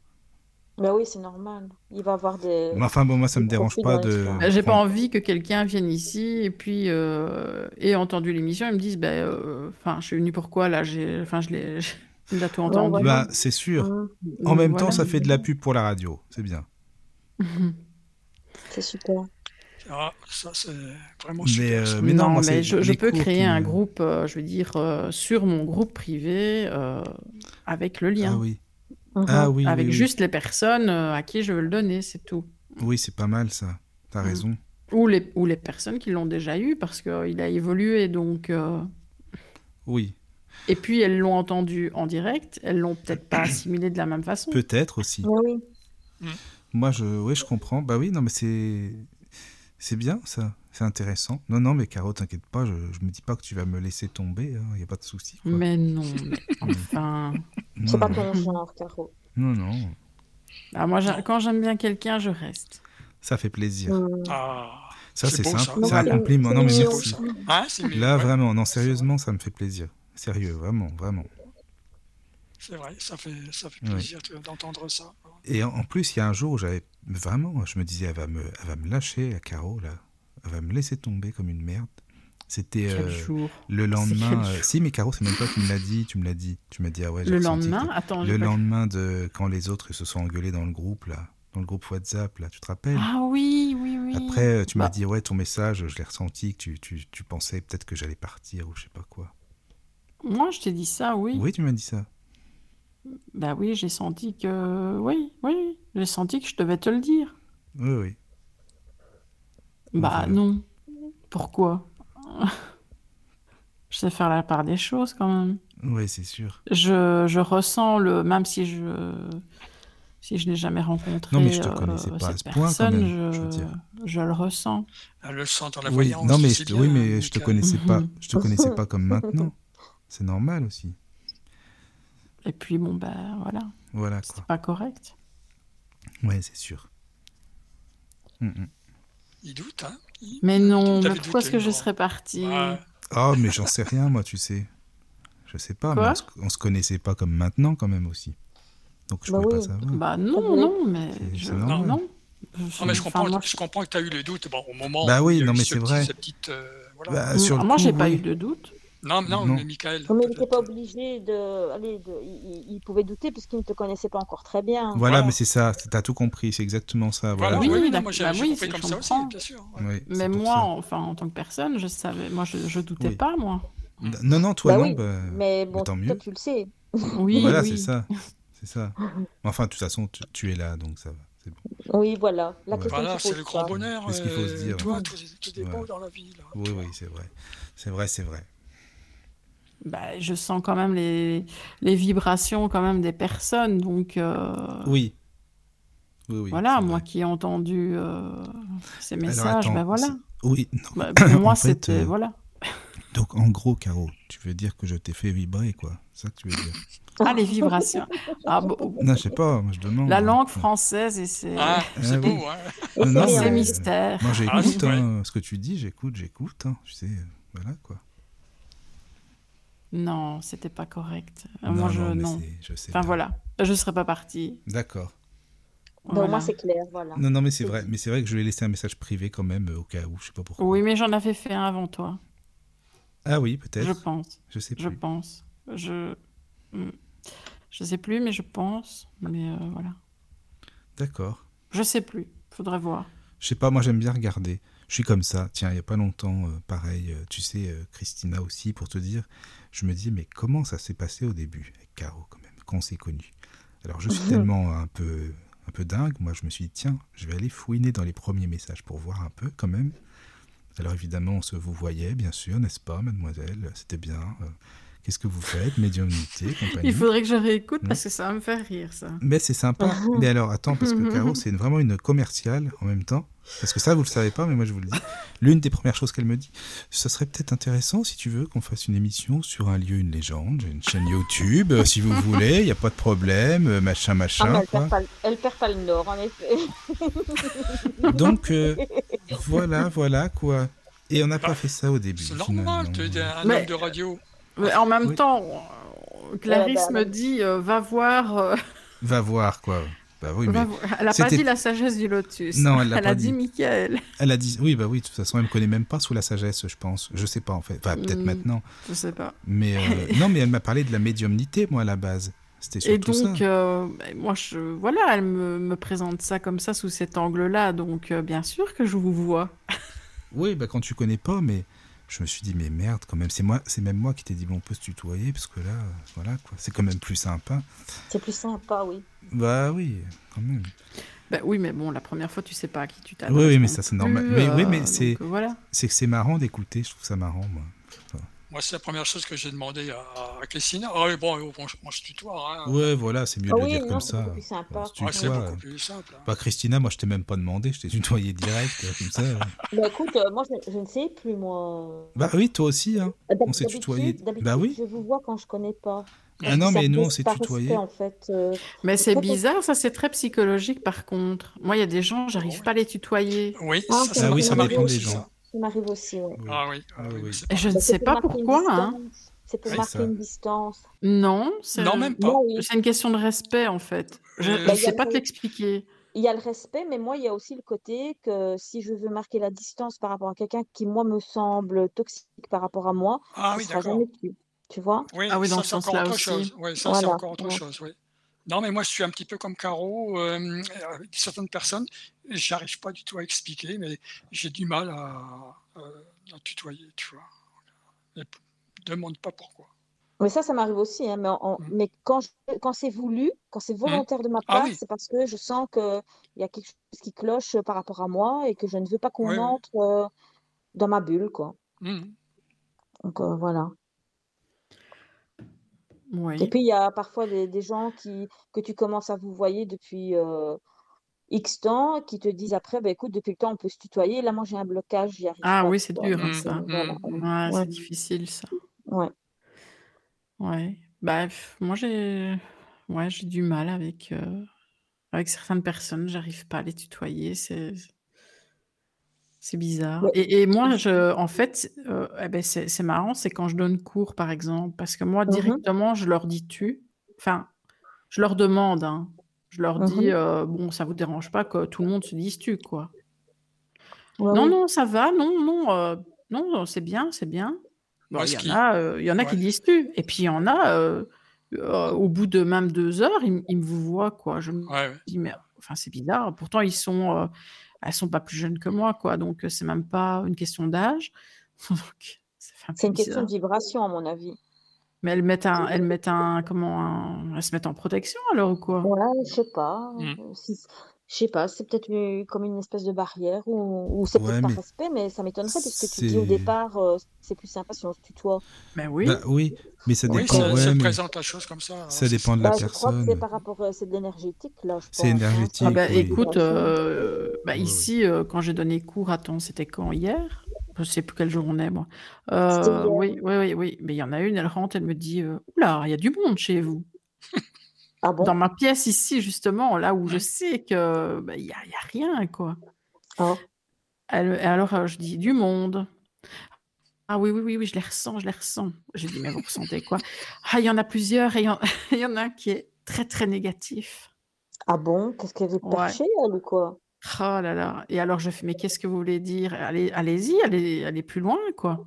S6: Bah oui, c'est normal. Il va avoir des...
S4: Mais enfin bon, moi ça me
S6: Les
S4: dérange
S6: profils
S4: pas
S6: doivent
S4: de.
S6: être
S5: Ben, J'ai pas
S4: prendre-
S5: envie que quelqu'un vienne ici et puis euh, ait entendu l'émission et me dise ben euh, enfin je suis venu pourquoi là j'ai enfin je l'ai il a tout entendu.
S6: ouais.
S4: Bah c'est sûr.
S6: Mmh,
S4: En
S5: Donc,
S4: même
S5: voilà.
S4: temps, ça fait de la pub pour la radio. C'est bien.
S6: c'est super.
S3: Ah, ça, c'est vraiment
S4: Mais,
S3: super. ça.
S4: euh,
S5: Mais
S4: non,
S5: non,
S4: moi, c'est
S5: mais je,
S4: les
S5: je peux
S4: cours
S5: créer
S4: qui
S5: un
S4: me-
S5: groupe, euh, je veux dire, euh, sur mon groupe privé euh, avec le lien,
S4: Ah oui.
S6: Mhm.
S4: Ah oui.
S5: avec
S4: oui, oui.
S5: juste les personnes euh, à qui je veux le donner, c'est tout.
S4: Oui, c'est pas mal ça. T'as
S5: Mhm.
S4: raison.
S5: Ou les, ou les personnes qui l'ont déjà eu parce qu'il a évolué. Donc, euh,
S4: Oui.
S5: Et puis, elles l'ont entendu en direct, elles l'ont peut-être pas assimilé de la même façon.
S4: Peut-être aussi.
S6: Oui,
S4: Moi, je, oui, je comprends. Bah oui, non, mais c'est, c'est bien ça. C'est intéressant. Non, non, mais Caro, t'inquiète pas. Je, je me dis pas que tu vas me laisser tomber. Il y a pas de souci. quoi.
S5: Mais non, mais enfin.
S4: Non,
S6: c'est pas
S4: non,
S6: ton genre, Caro.
S4: non, non.
S5: Ah, moi, j'a- quand j'aime bien quelqu'un, je reste.
S4: Ça fait plaisir.
S6: Mmh.
S3: Ah,
S4: Ça,
S3: c'est
S4: c'est
S3: beau,
S4: simple.
S3: ça.
S4: C'est un
S6: Voilà.
S4: compliment. Non, mais
S6: C'est
S3: c'est beau,
S4: merci.
S3: ça. Hein, c'est mieux,
S4: Là,
S3: ouais.
S4: vraiment, non, sérieusement, ça me fait plaisir. Sérieux, vraiment, vraiment.
S3: C'est vrai, ça fait, ça fait
S4: Ouais.
S3: plaisir de- d'entendre ça.
S4: Et en en plus, il y a un jour où j'avais vraiment, je me disais, elle va me, elle va me lâcher à Caro, là. Elle va me laisser tomber comme une merde. C'était
S5: Quel
S4: euh,
S5: jour.
S4: le lendemain.
S5: quel
S4: euh,
S5: jour.
S4: si, mais Caro, c'est même toi qui me l'as dit. Tu me l'as dit. Tu m'as dit, ah ouais, j'ai
S5: Le
S4: ressenti
S5: lendemain,
S4: que-
S5: attends, j'ai
S4: Le
S5: pas-
S4: lendemain de quand les autres se sont engueulés dans le groupe, là. Dans le groupe WhatsApp, là. Tu te rappelles
S5: Ah oui, oui, oui.
S4: Après, euh, tu m'as
S5: Bah.
S4: dit, ouais, ton message, je l'ai ressenti, que tu, tu, tu pensais peut-être que j'allais partir ou je sais pas quoi.
S5: Moi, je t'ai dit ça, oui.
S4: Oui, tu m'as dit ça.
S5: Bah oui, j'ai senti que. Oui, oui, j'ai senti que je devais te le dire.
S4: Oui, oui.
S5: Bah
S4: Bah, Voilà.
S5: non. Pourquoi Je sais faire la part des choses quand même.
S4: Oui, c'est sûr.
S5: Je, je ressens le. Même si je. Si je n'ai jamais rencontré
S4: Non, mais je te
S5: euh,
S4: connaissais pas à
S5: cette
S4: ce point, quand
S5: personne,
S4: même, je veux
S5: je,
S4: dire.
S5: je le ressens.
S3: Elle le sent dans la
S4: Oui,
S3: voyance. euh,
S4: non, mais je,
S3: c'est
S4: te-
S3: bien, hein,
S4: oui, mais je te
S3: Michael.
S4: connaissais
S5: Mhm.
S4: pas. Je te connaissais pas comme maintenant. C'est normal aussi.
S5: Et puis bon, bah voilà,
S4: Voilà
S5: c'était
S4: quoi.
S5: pas correct.
S4: Ouais, c'est sûr. Mhm.
S3: Il doute, hein Il-
S5: Mais non,
S3: T'avais
S5: mais pourquoi est-ce
S3: douté,
S5: que je
S3: Laurent.
S5: serais partie
S3: Ouais.
S4: Oh, mais j'en sais rien, moi, tu sais. Je sais pas.
S5: Quoi
S4: mais on, se, on se connaissait pas comme maintenant, quand même aussi. Donc je
S6: Bah
S4: pouvais
S6: oui.
S4: pas savoir.
S5: Bah non,
S6: Oui.
S5: non, mais.
S4: Ah C'est-
S5: je-
S4: c'est normal.
S5: Non.
S3: Non, mais je
S5: Enfin,
S3: comprends,
S5: moi,
S3: je comprends que tu as eu le doute bon, au moment
S4: Bah oui,
S3: il y a
S4: non,
S3: eu
S4: mais
S3: ce
S4: c'est
S3: petit-
S4: vrai.
S3: cette petite, euh, voilà.
S4: Bah,
S5: Mm.
S4: sur
S5: Ah,
S4: le
S5: moi,
S4: coup,
S5: j'ai pas
S4: oui.
S5: eu de doute.
S3: Non, non,
S4: Non.
S3: mais Michael.
S6: Mais il n'était pas
S3: peut-être.
S6: obligé de... Allez, de- il, il- il pouvait douter puisqu'il ne te connaissait pas encore très bien.
S4: Voilà,
S3: Voilà.
S4: mais c'est ça. c'est- T'as tout compris. C'est exactement ça. Voilà.
S3: Voilà,
S5: Oui,
S3: oui, oui, non,
S5: d'accord.
S3: moi j'ai
S5: Bah
S3: j'ai
S5: oui,
S3: compris
S5: c'est-
S3: comme
S5: je
S3: ça aussi,
S5: comprends.
S3: bien sûr. ouais.
S4: Oui, c'est
S5: Mais
S4: pour
S5: moi, enfin, en tant que personne, je savais, moi, je, je doutais
S4: Oui.
S5: pas, moi.
S4: ça. Non, non, toi,
S6: Bah
S4: non.
S6: oui,
S4: bah,
S6: Mais bon,
S4: tant
S6: toi,
S4: mieux.
S6: tu le sais.
S5: Oui,
S4: voilà,
S5: oui.
S4: c'est ça. C'est ça. Enfin, de toute façon, tu, tu es là, donc ça va. C'est bon.
S6: Oui, voilà. La
S4: Ouais.
S6: question
S3: Voilà,
S6: qu'il
S3: Bah c'est
S6: faut
S3: le
S6: se
S3: grand
S6: poser.
S3: bonheur.
S4: C'est ce qu'il faut se
S3: euh,
S4: dire.
S3: Toi, tout, tout est beau
S4: Ouais.
S3: dans la vie. Là.
S4: Oui,
S3: Toi.
S4: oui, c'est vrai. C'est vrai, c'est vrai.
S5: Bah, je sens quand même les, les vibrations quand même des personnes. Donc, euh,
S4: Oui. Oui, oui.
S5: voilà,
S4: c'est
S5: moi
S4: vrai.
S5: qui ai entendu euh, ces
S4: Alors,
S5: messages,
S4: attends,
S5: ben voilà.
S4: c'est- Oui, non.
S5: Bah, pour moi,
S4: En fait,
S5: c'était.
S4: euh,
S5: Voilà.
S4: Donc en gros, Caro, tu veux dire que je t'ai fait vibrer, quoi. C'est ça que tu veux dire
S5: Ah, les vibrations. Ah, bon,
S4: Non, je sais pas, moi, je demande.
S5: la langue
S4: Ouais.
S5: française, et c'est
S3: Ah, c'est
S4: oui.
S3: beau, hein
S6: Et
S4: Non,
S6: c'est
S4: mais- euh,
S5: c'est
S6: rien.
S5: mystère.
S4: Moi,
S3: Ah,
S4: j'écoute
S3: ouais.
S4: hein, ce que tu dis, j'écoute, j'écoute. hein, tu sais, euh, voilà, quoi.
S5: Non, c'était pas correct. Euh, moi, je.
S4: mais
S5: Non.
S4: c'est- Je sais.
S5: Enfin,
S4: bien.
S5: voilà. Je serais pas partie.
S4: D'accord.
S6: Non,
S5: Voilà.
S6: moi, c'est clair, voilà.
S4: Non, non, mais c'est vrai. Mais c'est vrai que je lui ai laissé un message privé quand même, euh, au cas où, je sais pas pourquoi.
S5: Oui, mais j'en avais fait un avant toi.
S4: Ah oui,
S5: Je
S4: peut-être. Je...
S5: pense.
S4: sais plus.
S5: Je pense. Je. Hmm. Je sais plus, mais je pense. Mais euh, voilà.
S4: D'accord.
S5: Je sais plus. Faudrait voir.
S4: Je sais pas, moi j'aime bien regarder. Je suis comme ça. Tiens, il y a pas longtemps, euh, pareil, euh, tu sais, euh, Christina aussi, pour te dire, je me dis, mais comment ça s'est passé au début avec Caro quand même, quand on s'est connus Alors je suis tellement un peu, un peu dingue, moi je me suis dit, tiens, je vais aller fouiner dans les premiers messages pour voir un peu quand même. Alors évidemment, on se vous voyait, bien sûr, n'est-ce pas, mademoiselle C'était bien. euh, Qu'est-ce que vous faites Médiumnité, compagnie.
S5: Il faudrait que je réécoute
S4: Hmm.
S5: parce que ça va me faire rire, ça.
S4: Mais c'est sympa. mais alors, attends, parce que Caro, c'est vraiment une commerciale en même temps. Parce que ça, vous le savez pas, mais moi, je vous le dis. L'une des premières choses qu'elle me dit, ce serait peut-être intéressant, si tu veux, qu'on fasse une émission sur un lieu, une légende. J'ai une chaîne YouTube, euh, si vous voulez, il n'y a pas de problème, euh, machin,
S6: Ah, mais
S4: machin.
S6: elle,
S4: quoi.
S6: perd pas, le- elle perd pas le nord, en effet.
S4: Donc, euh, voilà, voilà, quoi. Et on n'a pas fait ça au début.
S3: C'est normal, tu es
S4: finalement.
S3: un
S5: Mais-
S3: homme de radio.
S5: Mais en même
S4: Oui.
S5: temps, euh, Clarisse
S6: Ouais, bah,
S5: me dit euh, va voir. euh,
S4: Va voir, quoi. Bah oui,
S5: va
S4: mais
S5: voir. Elle a pas
S4: c'était-
S5: dit la sagesse du lotus.
S4: Non, elle l'a
S5: Elle
S4: pas
S5: a dit
S4: dit.
S5: Michael.
S4: elle a dit, oui, bah oui, de toute façon, elle me connaît même pas sous la sagesse, je pense. Je sais pas, en fait. Enfin, peut-être
S5: Hmm.
S4: maintenant.
S5: Je sais pas.
S4: Mais euh, non, mais elle m'a parlé de la médiumnité, moi, à la base. C'était
S5: Et
S4: surtout ça.
S5: donc, euh, ben, moi, je, voilà, elle me, me présente ça comme ça, sous cet angle-là. Donc, euh, bien sûr que je vous vois.
S4: Oui, bah, quand tu connais pas, mais je me suis dit, mais merde, quand même, c'est moi, c'est même moi qui t'ai dit, bon, on peut se tutoyer, parce que là, euh, voilà, quoi, c'est quand même plus sympa.
S6: C'est plus sympa, oui.
S4: Bah oui, quand même.
S5: Ben oui, mais bon, la première fois, tu sais pas à qui tu t'adresses.
S4: Oui, oui, mais
S5: non
S4: ça, c'est
S5: plus,
S4: normal. Mais oui, mais
S5: donc,
S4: c'est-
S5: euh, voilà.
S4: C'est que c'est marrant d'écouter, je trouve ça marrant, moi.
S3: Moi, c'est la première chose que j'ai demandé à, à Christina. Ah oui, bon, on, on se tutoie. Hein.
S4: Ouais, voilà, c'est mieux
S6: Ah
S4: de le
S6: oui,
S4: dire
S6: non,
S4: comme
S6: c'est
S4: ça.
S6: beaucoup plus sympa.
S4: On se
S3: Ouais, Ah,
S4: tutoie.
S3: c'est beaucoup plus simple. hein.
S4: Bah, Christina, moi, je t'ai même pas demandé, je t'ai tutoyé direct, euh, comme ça. euh.
S6: Bah écoute, euh, moi, je, je ne sais plus, moi.
S4: Bah oui, toi aussi, hein.
S6: Euh, d'hab-
S4: on s'est
S6: d'habitude-
S4: tutoyé.
S6: d'habitude,
S4: Bah oui.
S6: Je vous vois quand je connais pas.
S4: Ah non, mais
S6: Ça me
S4: nous, on
S6: laisse
S4: s'est
S6: pas
S4: tutoyé.
S6: respect, en fait. euh,
S5: Mais c'est
S6: Ça, c'est-
S5: bizarre, ça, c'est très psychologique, par contre. Moi, il y a des gens,
S3: Ah
S5: j'arrive
S3: ouais.
S5: pas à les tutoyer.
S3: Oui,
S6: Ah,
S3: ça,
S6: c'est
S3: ça,
S6: vrai.
S4: Ah oui, ça
S3: m'arrive
S4: dépend des
S3: aussi,
S4: gens.
S6: ça m'arrive aussi, ouais.
S4: Oui.
S3: Ah oui, ah
S4: Ah
S3: oui,
S4: oui.
S3: c'est
S5: Et je ne
S6: Bah, c'est
S5: sais
S6: pour
S5: pas
S6: marquer une
S5: pourquoi, hein.
S6: distance. C'est pour
S4: Oui,
S6: marquer
S4: ça.
S6: une distance.
S5: Non, c'est...
S3: Non, même pas.
S6: Moi, oui.
S5: C'est une question de respect, en fait. Je
S3: Euh,
S5: ne
S3: Bah,
S6: y
S5: sais
S6: a-
S5: pas te l'expliquer.
S6: Il y a le respect, mais moi, il y a aussi le côté que si je veux marquer la distance par rapport à quelqu'un qui, moi, me semble toxique par rapport à moi,
S3: Ah
S6: ce
S3: oui,
S6: sera
S3: d'accord.
S6: jamais tu. Tu vois?
S3: Oui,
S5: Ah oui, dans
S3: ça,
S5: ce
S3: c'est encore
S5: sens-là
S3: autre
S5: aussi.
S3: chose. Oui, ça, c'est
S6: Voilà,
S3: encore autre
S6: ouais.
S3: chose, oui. Non, mais moi, je suis un petit peu comme Caro. euh, avec certaines personnes, j'arrive pas du tout à expliquer, mais j'ai du mal à, euh, à tutoyer, tu vois. Et p- demande pas pourquoi.
S6: Mais ça, ça m'arrive aussi, hein, mais, en- en-
S3: Mm.
S6: mais quand, je- quand c'est voulu, quand c'est volontaire de ma
S3: Ah
S6: part,
S3: oui.
S6: c'est parce que je sens qu'il y a quelque chose qui cloche euh, par rapport à moi et que je ne veux pas qu'on
S3: Ouais, ouais.
S6: entre euh, dans ma bulle, quoi.
S3: Mhm.
S6: Donc euh, voilà.
S5: Oui.
S6: Et puis il y a parfois des, des gens qui, que tu commences à vous voyez depuis euh, X temps qui te disent après, bah, écoute, depuis le temps on peut se tutoyer. Là, moi j'ai un blocage, j'y arrive
S5: Ah
S6: pas,
S5: oui,
S6: tu
S5: c'est
S6: vois.
S5: dur, hein,
S6: Donc,
S5: ça.
S6: euh, voilà,
S3: Mm,
S6: ouais.
S5: Ouais,
S6: Ouais.
S5: c'est difficile, ça.
S6: Ouais.
S5: Ouais. Bah, pff, moi, j'ai ouais, j'ai du mal avec, euh, avec certaines personnes. J'arrive pas à les tutoyer. C'est c'est bizarre.
S6: Ouais.
S5: Et, et moi, je, en fait, euh, eh ben, c'est c'est marrant, c'est quand je donne cours, par exemple, parce que moi,
S6: Mhm.
S5: directement, je leur dis tu. Enfin, je leur demande. hein. Je leur dis,
S6: Mhm.
S5: euh, bon, ça vous dérange pas que tout le monde se dise tu, quoi.
S6: Ouais,
S5: Non,
S6: oui.
S5: non, ça va, non, non, euh, non, c'est bien, c'est bien. Bon,
S3: Moi,
S5: il
S3: ce
S5: y,
S3: qui-
S5: en a, euh, il y en a qui
S3: Ouais.
S5: disent tu. Et puis il y en a, euh, euh, au bout de même deux heures, ils, m- ils me voient, quoi. Je me
S3: Ouais, ouais.
S5: dis, mais enfin, c'est bizarre. Pourtant, ils sont, euh, elles sont pas plus jeunes que moi, quoi. Donc, euh, c'est même pas une question d'âge. Donc, ça Mmh. fait un
S6: C'est
S5: peu
S6: une question
S5: bizarre.
S6: de vibration, à mon avis.
S5: Mais elles mettent un, elles mettent un, comment, un- elles se mettent en protection alors ou quoi Mmh.
S6: Ouais, je sais pas.
S3: Mm.
S6: euh, si- je sais pas, c'est peut-être une- comme une espèce de barrière ou, ou c'est
S4: Ouais,
S6: peut-être
S4: mais
S6: par respect, mais ça m'étonnerait parce que tu dis
S4: c'est-
S6: au départ, euh, c'est plus sympa si on se tutoie.
S5: Mais oui.
S4: Bah oui, mais ça
S3: Oui,
S4: dépend.
S3: ça, ça
S4: ouais, mais
S3: présente la chose comme ça. hein,
S4: ça
S3: c'est-
S4: dépend de la
S6: Bah, je crois que c'est
S4: personne.
S6: par rapport, à c'est de l'énergétique là, je
S4: C'est
S6: pense, hein.
S4: énergétique.
S5: Ah bah,
S4: oui.
S5: écoute, euh, bah,
S4: Ouais, ouais.
S5: ici, euh, quand j'ai donné cours à ton, c'était quand hier Je sais plus quel jour on est, moi.
S6: C'était
S5: Euh,
S6: hier.
S5: oui, oui, oui, oui. Mais il y en a une, elle rentre, elle me dit euh, Oula, il y a du monde chez vous.
S6: Ah bon
S5: Dans ma pièce ici, justement, là où je sais que bah, il n'y a, il y a rien, quoi.
S6: Ah.
S5: Elle- et alors, euh, je dis Du monde. Ah oui, oui, oui, oui, je les ressens, je les ressens. Je dis Mais vous ressentez quoi Ah, il y en a plusieurs et il y en- il y en a un qui est très, très négatif.
S6: Ah bon Qu'est-ce qu'elle veut
S5: Ouais.
S6: percher elle ou quoi
S5: Oh là là. Et alors, je fais, mais qu'est-ce que vous voulez dire Allez- Allez-y, allez, allez plus loin, quoi.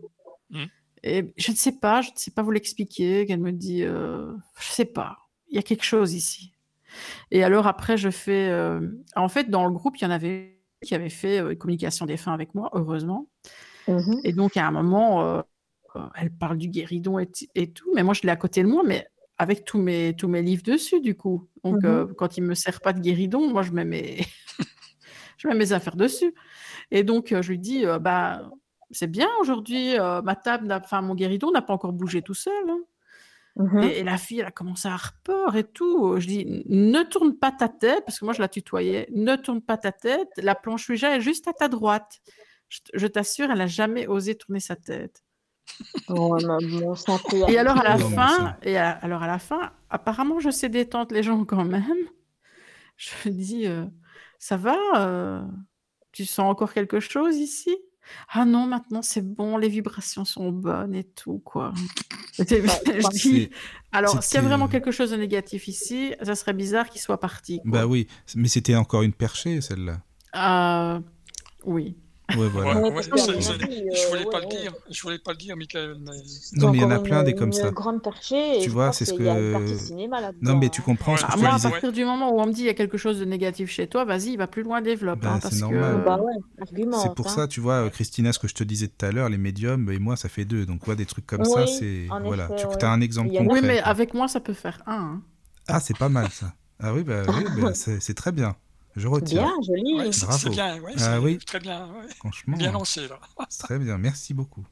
S3: Mm.
S5: Et je ne sais pas, je ne sais pas vous l'expliquer. Qu'elle me dit, euh, je ne sais pas, il y a quelque chose ici. Et alors, après, je fais. euh, En fait, dans le groupe, il y en avait une qui avait fait euh, communication des fins avec moi, heureusement.
S4: Mmh
S6: Mhm.
S5: Et donc, à un moment, euh, euh, elle parle du guéridon et, ti- et tout, mais moi, je l'ai à côté de moi, mais avec tous mes, tous mes livres dessus, du coup. Donc,
S6: Mhm.
S5: euh, quand il me sert pas de guéridon, moi, je mets mes, je mets mes affaires dessus. Et donc, euh, je lui dis, euh, bah, c'est bien aujourd'hui, euh, ma table, n'a- enfin, mon guéridon n'a pas encore bougé tout seul. hein.
S4: mmh
S6: Mhm.
S5: Et, et la fille, elle a commencé à avoir peur et tout. Je dis, ne tourne pas ta tête, parce que moi, je la tutoyais. Ne tourne pas ta tête. La planche Ouija est juste à ta droite. Je, t- je t'assure, elle n'a jamais osé tourner sa tête.
S6: Ouais, mais bon, c'est un peu
S5: Et alors, à la
S4: Non, mais
S5: fin,
S4: ça-
S5: et à- alors à la fin, apparemment, je sais détendre les gens quand même. Je dis, euh, ça va euh, Tu sens encore quelque chose ici Ah non, maintenant, c'est bon, les vibrations sont bonnes et tout, quoi. je dis,
S4: C'est-
S5: alors, s'il y a
S4: c'était,
S5: vraiment
S4: euh,
S5: quelque chose de négatif ici, ça serait bizarre qu'il soit parti. quoi.
S4: Bah oui, mais c'était encore une perchée celle-là.
S5: Euh, oui.
S4: Ouais, voilà.
S3: Ouais,
S6: Ouais, parce
S3: ouais,
S6: que, à mon
S3: c'est-
S6: avis,
S3: Je
S6: euh,
S3: voulais pas le
S6: ouais, ouais.
S3: dire, je voulais pas le dire, Michael. mais-
S6: C'est
S4: Non, mais il y en a
S6: encore
S4: plein
S6: une-
S4: des comme ça.
S6: Une grande perchée, et
S4: Tu
S6: je
S4: vois,
S6: pense
S4: c'est ce
S6: qu'il y a une partie
S4: que-
S6: cinéma là-dedans.
S4: Non, mais tu
S6: hein.
S4: comprends ce
S3: Ouais,
S4: que
S5: Ah,
S4: je
S5: moi,
S4: te
S5: à
S4: disais.
S5: partir du moment où on me dit il y a quelque chose de négatif chez toi, vas-y, va plus loin, développe.
S4: Bah,
S5: hein,
S4: c'est
S5: parce
S4: normal.
S5: que...
S6: Bah ouais, argument.
S4: C'est pour ça, tu vois, euh, Christina, ce que je te disais tout à l'heure, les médiums bah, et moi, ça fait deux. Donc, ouais, des trucs comme ça,
S6: Oui,
S4: c'est.
S6: en
S4: Voilà,
S6: effet,
S4: tu
S6: ouais.
S4: as un exemple
S6: Il y en a-
S4: concret.
S5: Oui, mais
S4: quoi.
S5: avec moi, ça peut faire un. hein.
S4: Ah, c'est pas mal ça. Ah oui, bah, oui, bah, c'est c'est très bien. Je retiens,
S6: Bien, joli.
S3: Ouais, c'est
S4: Bravo.
S3: c'est bien, ouais,
S4: Ah
S3: c'est
S4: oui.
S3: très bien, ouais,
S4: franchement.
S3: bien lancé là.
S4: C'est très bien, merci beaucoup.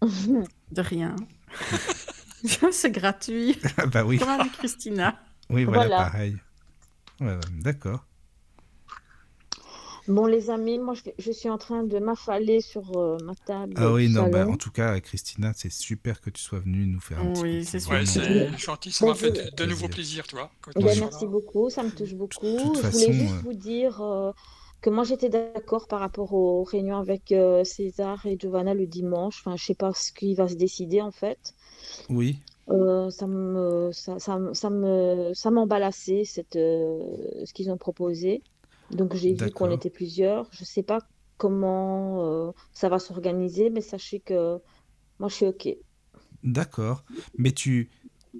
S5: De rien. C'est gratuit.
S4: Ah bah oui,
S5: Comme avec Christina.
S4: oui, voilà,
S6: Voilà.
S4: pareil. Ouais, ouais, D'accord.
S6: Bon, les amis, moi, je, je suis en train de m'affaler sur euh, ma table.
S4: Ah oui,
S6: du
S4: non, bah,
S6: salon.
S4: en tout cas, Christina, c'est super que tu sois venue nous faire un petit
S5: Oui,
S4: coucou,
S5: c'est
S3: Ouais,
S4: vraiment.
S3: c'est gentil, ça m'a fait de, de
S4: Plaisir.
S3: nouveau plaisir, toi. quand
S6: Eh
S3: tu
S6: ben,
S4: Oui.
S3: seras
S6: merci
S3: là.
S6: beaucoup, ça me touche beaucoup.
S4: De toute
S6: je
S4: façon,
S6: voulais juste
S4: euh,
S6: vous dire euh, que moi j'étais d'accord par rapport aux réunions avec euh, César et Giovanna le dimanche. Enfin, je sais pas ce qui va se décider en fait.
S4: Oui,
S6: Euh, ça me, ça, ça, me- ça me, ça m'emballassait cette, euh, ce qu'ils ont proposé. Donc j'ai vu qu'on
S4: D'accord.
S6: était plusieurs. Je sais pas comment euh, ça va s'organiser, mais sachez que moi je suis OK.
S4: d'accord. Mais tu,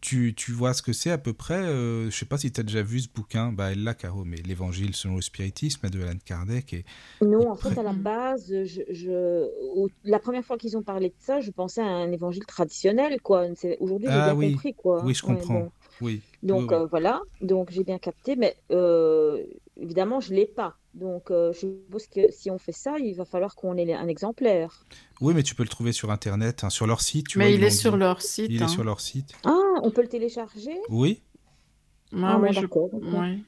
S4: tu, tu vois ce que c'est à peu près. euh, je sais pas si tu as déjà vu ce bouquin. Bah, elle l'a, Caro, mais l'Évangile selon le spiritisme de Alan Kardec. Et...
S6: Non, en fait, à la
S5: Mhm.
S6: base, je, je- au- la première fois qu'ils ont parlé de ça, je pensais à un évangile traditionnel, quoi. C'est- Aujourd'hui, j'ai
S4: Ah
S6: bien
S4: oui.
S6: compris, quoi.
S4: Oui, je
S6: Ouais,
S4: comprends.
S6: bon.
S4: Oui.
S6: Donc,
S4: oui, oui.
S6: euh, voilà. Donc, j'ai bien capté, mais euh, évidemment, je l'ai pas. Donc, euh, je suppose que si on fait ça, il va falloir qu'on ait un exemplaire.
S4: Oui, mais tu peux le trouver sur Internet, hein, sur leur site. Tu
S5: mais
S4: vois,
S5: il
S4: ils
S5: est
S4: l'ont
S5: sur
S4: dit.
S5: leur site.
S4: Il
S5: hein.
S4: est sur leur site.
S6: Ah, on peut le télécharger?
S4: Oui,
S5: Ouais,
S6: Ah,
S5: ouais,
S6: bon,
S5: je-
S6: d'accord. ok.
S5: ouais.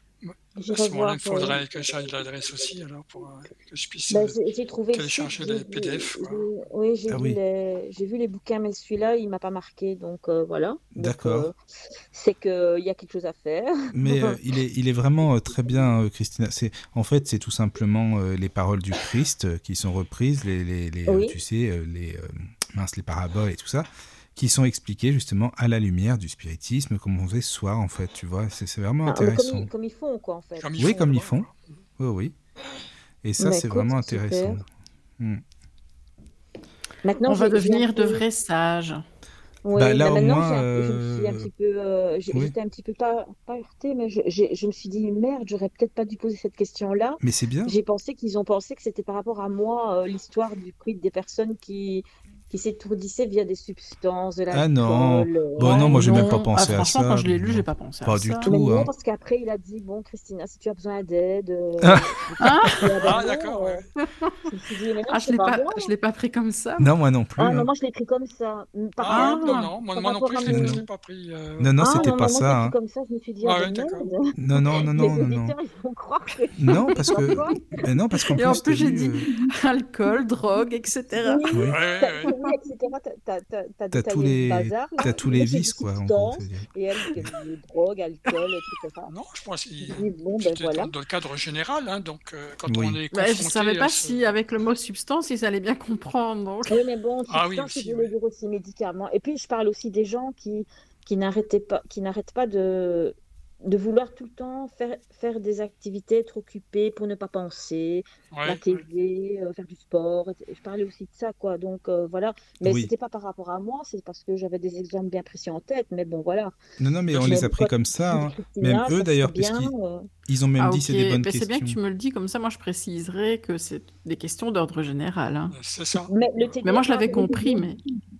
S6: J'irai
S3: À ce moment-là,
S6: voir.
S3: il
S6: euh,
S3: faudrait que j'aille l'adresse aussi, alors, pour euh, que je puisse.
S6: Ben,
S3: euh,
S6: j'ai j'ai trouvé le site,
S3: télécharger
S6: j'ai
S3: des
S6: vu,
S3: PDF, quoi.
S6: j'ai- oui, j'ai
S4: Ah
S6: vu
S4: oui.
S6: les, j'ai vu les bouquins, mais celui-là, il m'a pas marqué, donc euh, voilà. Donc,
S4: D'accord.
S6: euh, c'est que euh, il y a quelque chose à faire.
S4: mais euh, il, est, il est vraiment euh, très bien, euh, Christina. C'est, en fait, c'est tout simplement euh, les paroles du Christ euh, qui sont reprises, les, les, les, euh,
S6: Oui.
S4: tu sais, euh, les, euh, mince, les paraboles et tout ça, qui sont expliquées justement à la lumière du spiritisme, comme on faisait ce soir, en fait, tu vois. C'est, c'est vraiment
S6: Ah, mais comme,
S4: intéressant.
S6: ils- comme ils font, quoi, en fait.
S3: Comme
S4: Oui, comme ils
S3: quoi.
S4: font. Oui, oui. Et ça,
S6: Bah,
S4: c'est
S6: écoute,
S4: vraiment
S6: super.
S4: intéressant.
S6: Maintenant,
S5: On va
S6: j'ai- j'ai un
S5: devenir de
S6: peu-
S5: vrais sages.
S6: Oui,
S4: Bah, là,
S6: mais
S4: au
S6: maintenant,
S4: moins,
S6: j'ai un- je me suis un
S4: euh,
S6: petit peu, euh, j'ai-
S4: oui.
S6: j'étais un petit peu pas, pas heurtée, mais je, j'ai- je me suis dit, merde, j'aurais peut-être pas dû poser cette question-là.
S4: Mais c'est bien.
S6: J'ai pensé qu'ils ont pensé que c'était par rapport à moi, euh, l'histoire du quid des personnes qui, qui s'étourdissait via des substances, de euh, la
S4: Ah non. Bon, non, moi, j'ai même pas pensé
S5: Ah,
S4: à
S5: franchement,
S4: ça.
S5: quand je l'ai lu,
S4: Non.
S5: j'ai pas pensé
S4: Pas
S5: à
S4: du
S5: ça.
S4: tout. hein.
S6: Ah, parce qu'après, il a dit Bon, Christina, si tu as besoin d'aide. euh,
S4: Ah.
S5: Ah.
S6: et à
S3: Ah,
S6: Berlin,
S3: d'accord, ouais.
S6: euh, je me suis dit, mais non,
S5: Ah, je
S6: c'est
S5: l'ai pas,
S6: bon.
S5: je l'ai pas pris comme ça.
S4: Non, moi non plus.
S6: Ah, non,
S4: hein.
S6: moi, je l'ai pris comme ça. Par
S3: Ah,
S6: contre,
S3: non, non, moi,
S6: par
S3: moi non
S6: rapport
S3: plus,
S6: à
S3: je l'ai-
S6: mon-
S3: je l'ai pas pris. euh,
S4: Non, non,
S6: Ah,
S4: c'était
S6: non,
S4: pas
S6: non, moi, je l'ai
S4: ça. hein.
S6: pris comme ça, je me suis dit
S3: Ah
S6: Ah,
S3: ouais,
S6: ben,
S3: d'accord.
S6: merde.
S4: Non, non, non, non,
S6: Les
S4: non, non.
S6: auditeurs, ils vont croire que.
S4: Non, parce que.
S6: Pourquoi
S4: Ben non, parce qu'en
S5: Et
S4: plus.
S5: en plus,
S4: t'as
S5: j'ai
S4: vu,
S5: dit-
S4: euh,
S5: Alcool, drogue, etc.
S6: Oui,
S4: oui,
S3: ouais,
S6: t'as-
S3: ouais, ouais.
S6: oui, etc. T'as- T'as t'as- t'as
S4: T'as tous
S6: détaillé le
S4: les-
S6: bazar, là.
S4: T'as tous
S6: Moi,
S4: les
S6: j'ai dit
S4: vices, quoi. en gros,
S6: substance,
S4: c'est-à-dire.
S6: Et elle, que drogue, alcool, etc.
S3: Non, je pense que
S6: Je dis, bon, ben
S3: c'était
S6: voilà.
S3: dans, dans le cadre général. hein, donc, euh, quand
S4: Oui.
S3: on est
S5: Ouais,
S3: confronté
S5: je savais
S3: à
S5: pas
S3: ce-
S5: si avec le mot substance ils allaient bien comprendre. Donc.
S6: Oui, mais bon,
S3: Ah
S6: substance,
S3: oui, aussi,
S6: je voulais
S3: ouais.
S6: dire aussi médicaments. Et puis, je parle aussi des gens qui, qui n'arrêtaient pas, qui n'arrêtent pas de, de vouloir tout le temps faire, faire des activités, être occupés pour ne pas penser, la
S3: Ouais, ouais.
S6: TV, euh, faire du sport. Et Je parlais aussi de ça, quoi. Donc, euh, voilà. Mais
S4: Oui.
S6: c'était pas par rapport à moi, c'est parce que j'avais des exemples bien précis en tête. Mais bon, voilà.
S4: Non, non, mais on
S6: Je
S4: les a
S6: vois
S4: pris
S6: pas
S4: comme ça. hein.
S6: Christina,
S4: Même eux,
S6: ça, c'est
S4: d'ailleurs, parce
S6: bien,
S4: qu'ils-
S6: euh,
S4: Ils ont même
S5: Ah,
S4: dit
S5: ok.
S4: c'est des bonnes
S5: Ben,
S4: questions.
S5: c'est bien que tu me le dis comme ça. Moi, je préciserai que c'est des questions d'ordre général. hein.
S3: C'est ça.
S6: Mais, le TDA,
S5: Mais moi, je
S6: par
S5: l'avais
S6: rapport au
S5: compris.
S6: TDA
S5: Mais,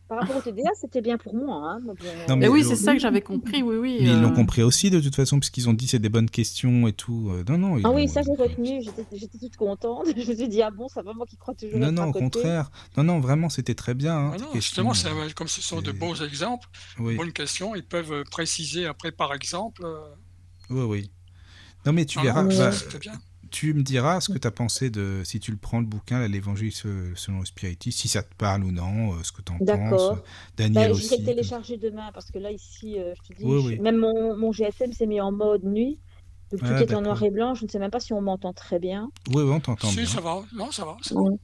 S6: Par rapport au TDA, c'était bien pour moi. hein, mais bon,
S4: Non,
S5: mais
S4: mais
S5: oui,
S4: le-
S5: c'est ça que j'avais compris. Oui, oui.
S4: Mais ils l'ont
S5: euh,
S4: compris aussi, de toute façon, parce qu'ils ont dit c'est des bonnes questions et tout. Euh, Non, non. ils
S6: Ah oui,
S4: l'ont-
S6: ça j'ai retenu, j'étais j'étais toute contente. Je me suis dit, ah bon, ça va, moi qui crois toujours
S4: Non,
S6: être à
S4: non, au
S6: côté.
S4: contraire. Non, non, vraiment, c'était très bien. hein,
S3: Ah
S4: tes
S3: non,
S4: questions.
S3: justement, c'est- ouais, comme ce sont de
S4: c'est-
S3: beaux exemples,
S4: Oui,
S3: bonnes questions, ils peuvent euh, préciser après, par exemple. euh,
S4: oui, oui. Non, mais tu
S3: ah
S4: verras.
S3: non,
S4: bah,
S3: c'est- c'était bien.
S4: tu me diras ce que tu as pensé de si tu le prends le bouquin là, l'évangile se- selon le spiritisme, si ça te parle ou non, euh, ce que tu en penses.
S6: D'accord.
S4: Daniel
S6: Ben, je vais
S4: aussi. euh,
S6: le télécharger demain parce que là, ici, euh, je te dis,
S4: Oui,
S6: je-
S4: oui.
S6: même mon, mon GSM s'est mis en mode nuit. Donc tout
S4: Ah,
S6: est en noir
S4: d'accord.
S6: et blanc. Je ne sais même pas si on m'entend très bien.
S4: Oui, oui, on t'entend bien.
S3: Si, ça va. Non, ça va. ça va.
S6: Ouais.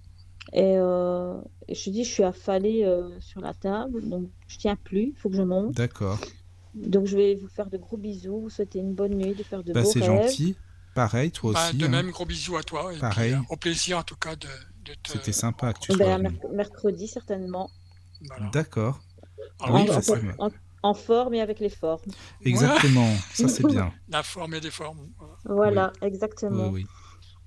S6: Et, euh, et je te dis, je suis affalée euh, sur la table. Donc je tiens plus, il faut que je monte.
S4: D'accord.
S6: Donc je vais vous faire de gros bisous, vous souhaiter une bonne nuit, de faire de
S4: Bah,
S6: beaux
S4: c'est
S6: rêves.
S4: gentil. Pareil, toi
S3: Bah,
S4: aussi.
S3: de
S4: hein.
S3: même, gros bisous à toi. Et puis,
S4: Pareil.
S3: euh, au plaisir, en tout cas, de, de te.
S4: C'était sympa que tu
S6: Ben,
S4: sois
S6: à
S4: venu.
S6: merc- mercredi, certainement.
S3: Voilà.
S4: D'accord. Bah,
S3: Ah
S4: Oui,
S6: en,
S4: ça,
S6: en-
S4: c'est-
S6: en- en forme et avec les formes.
S4: Exactement. Ça, c'est bien.
S3: La forme et des formes. voilà.
S6: Voilà,
S4: Oui,
S6: exactement.
S4: oui.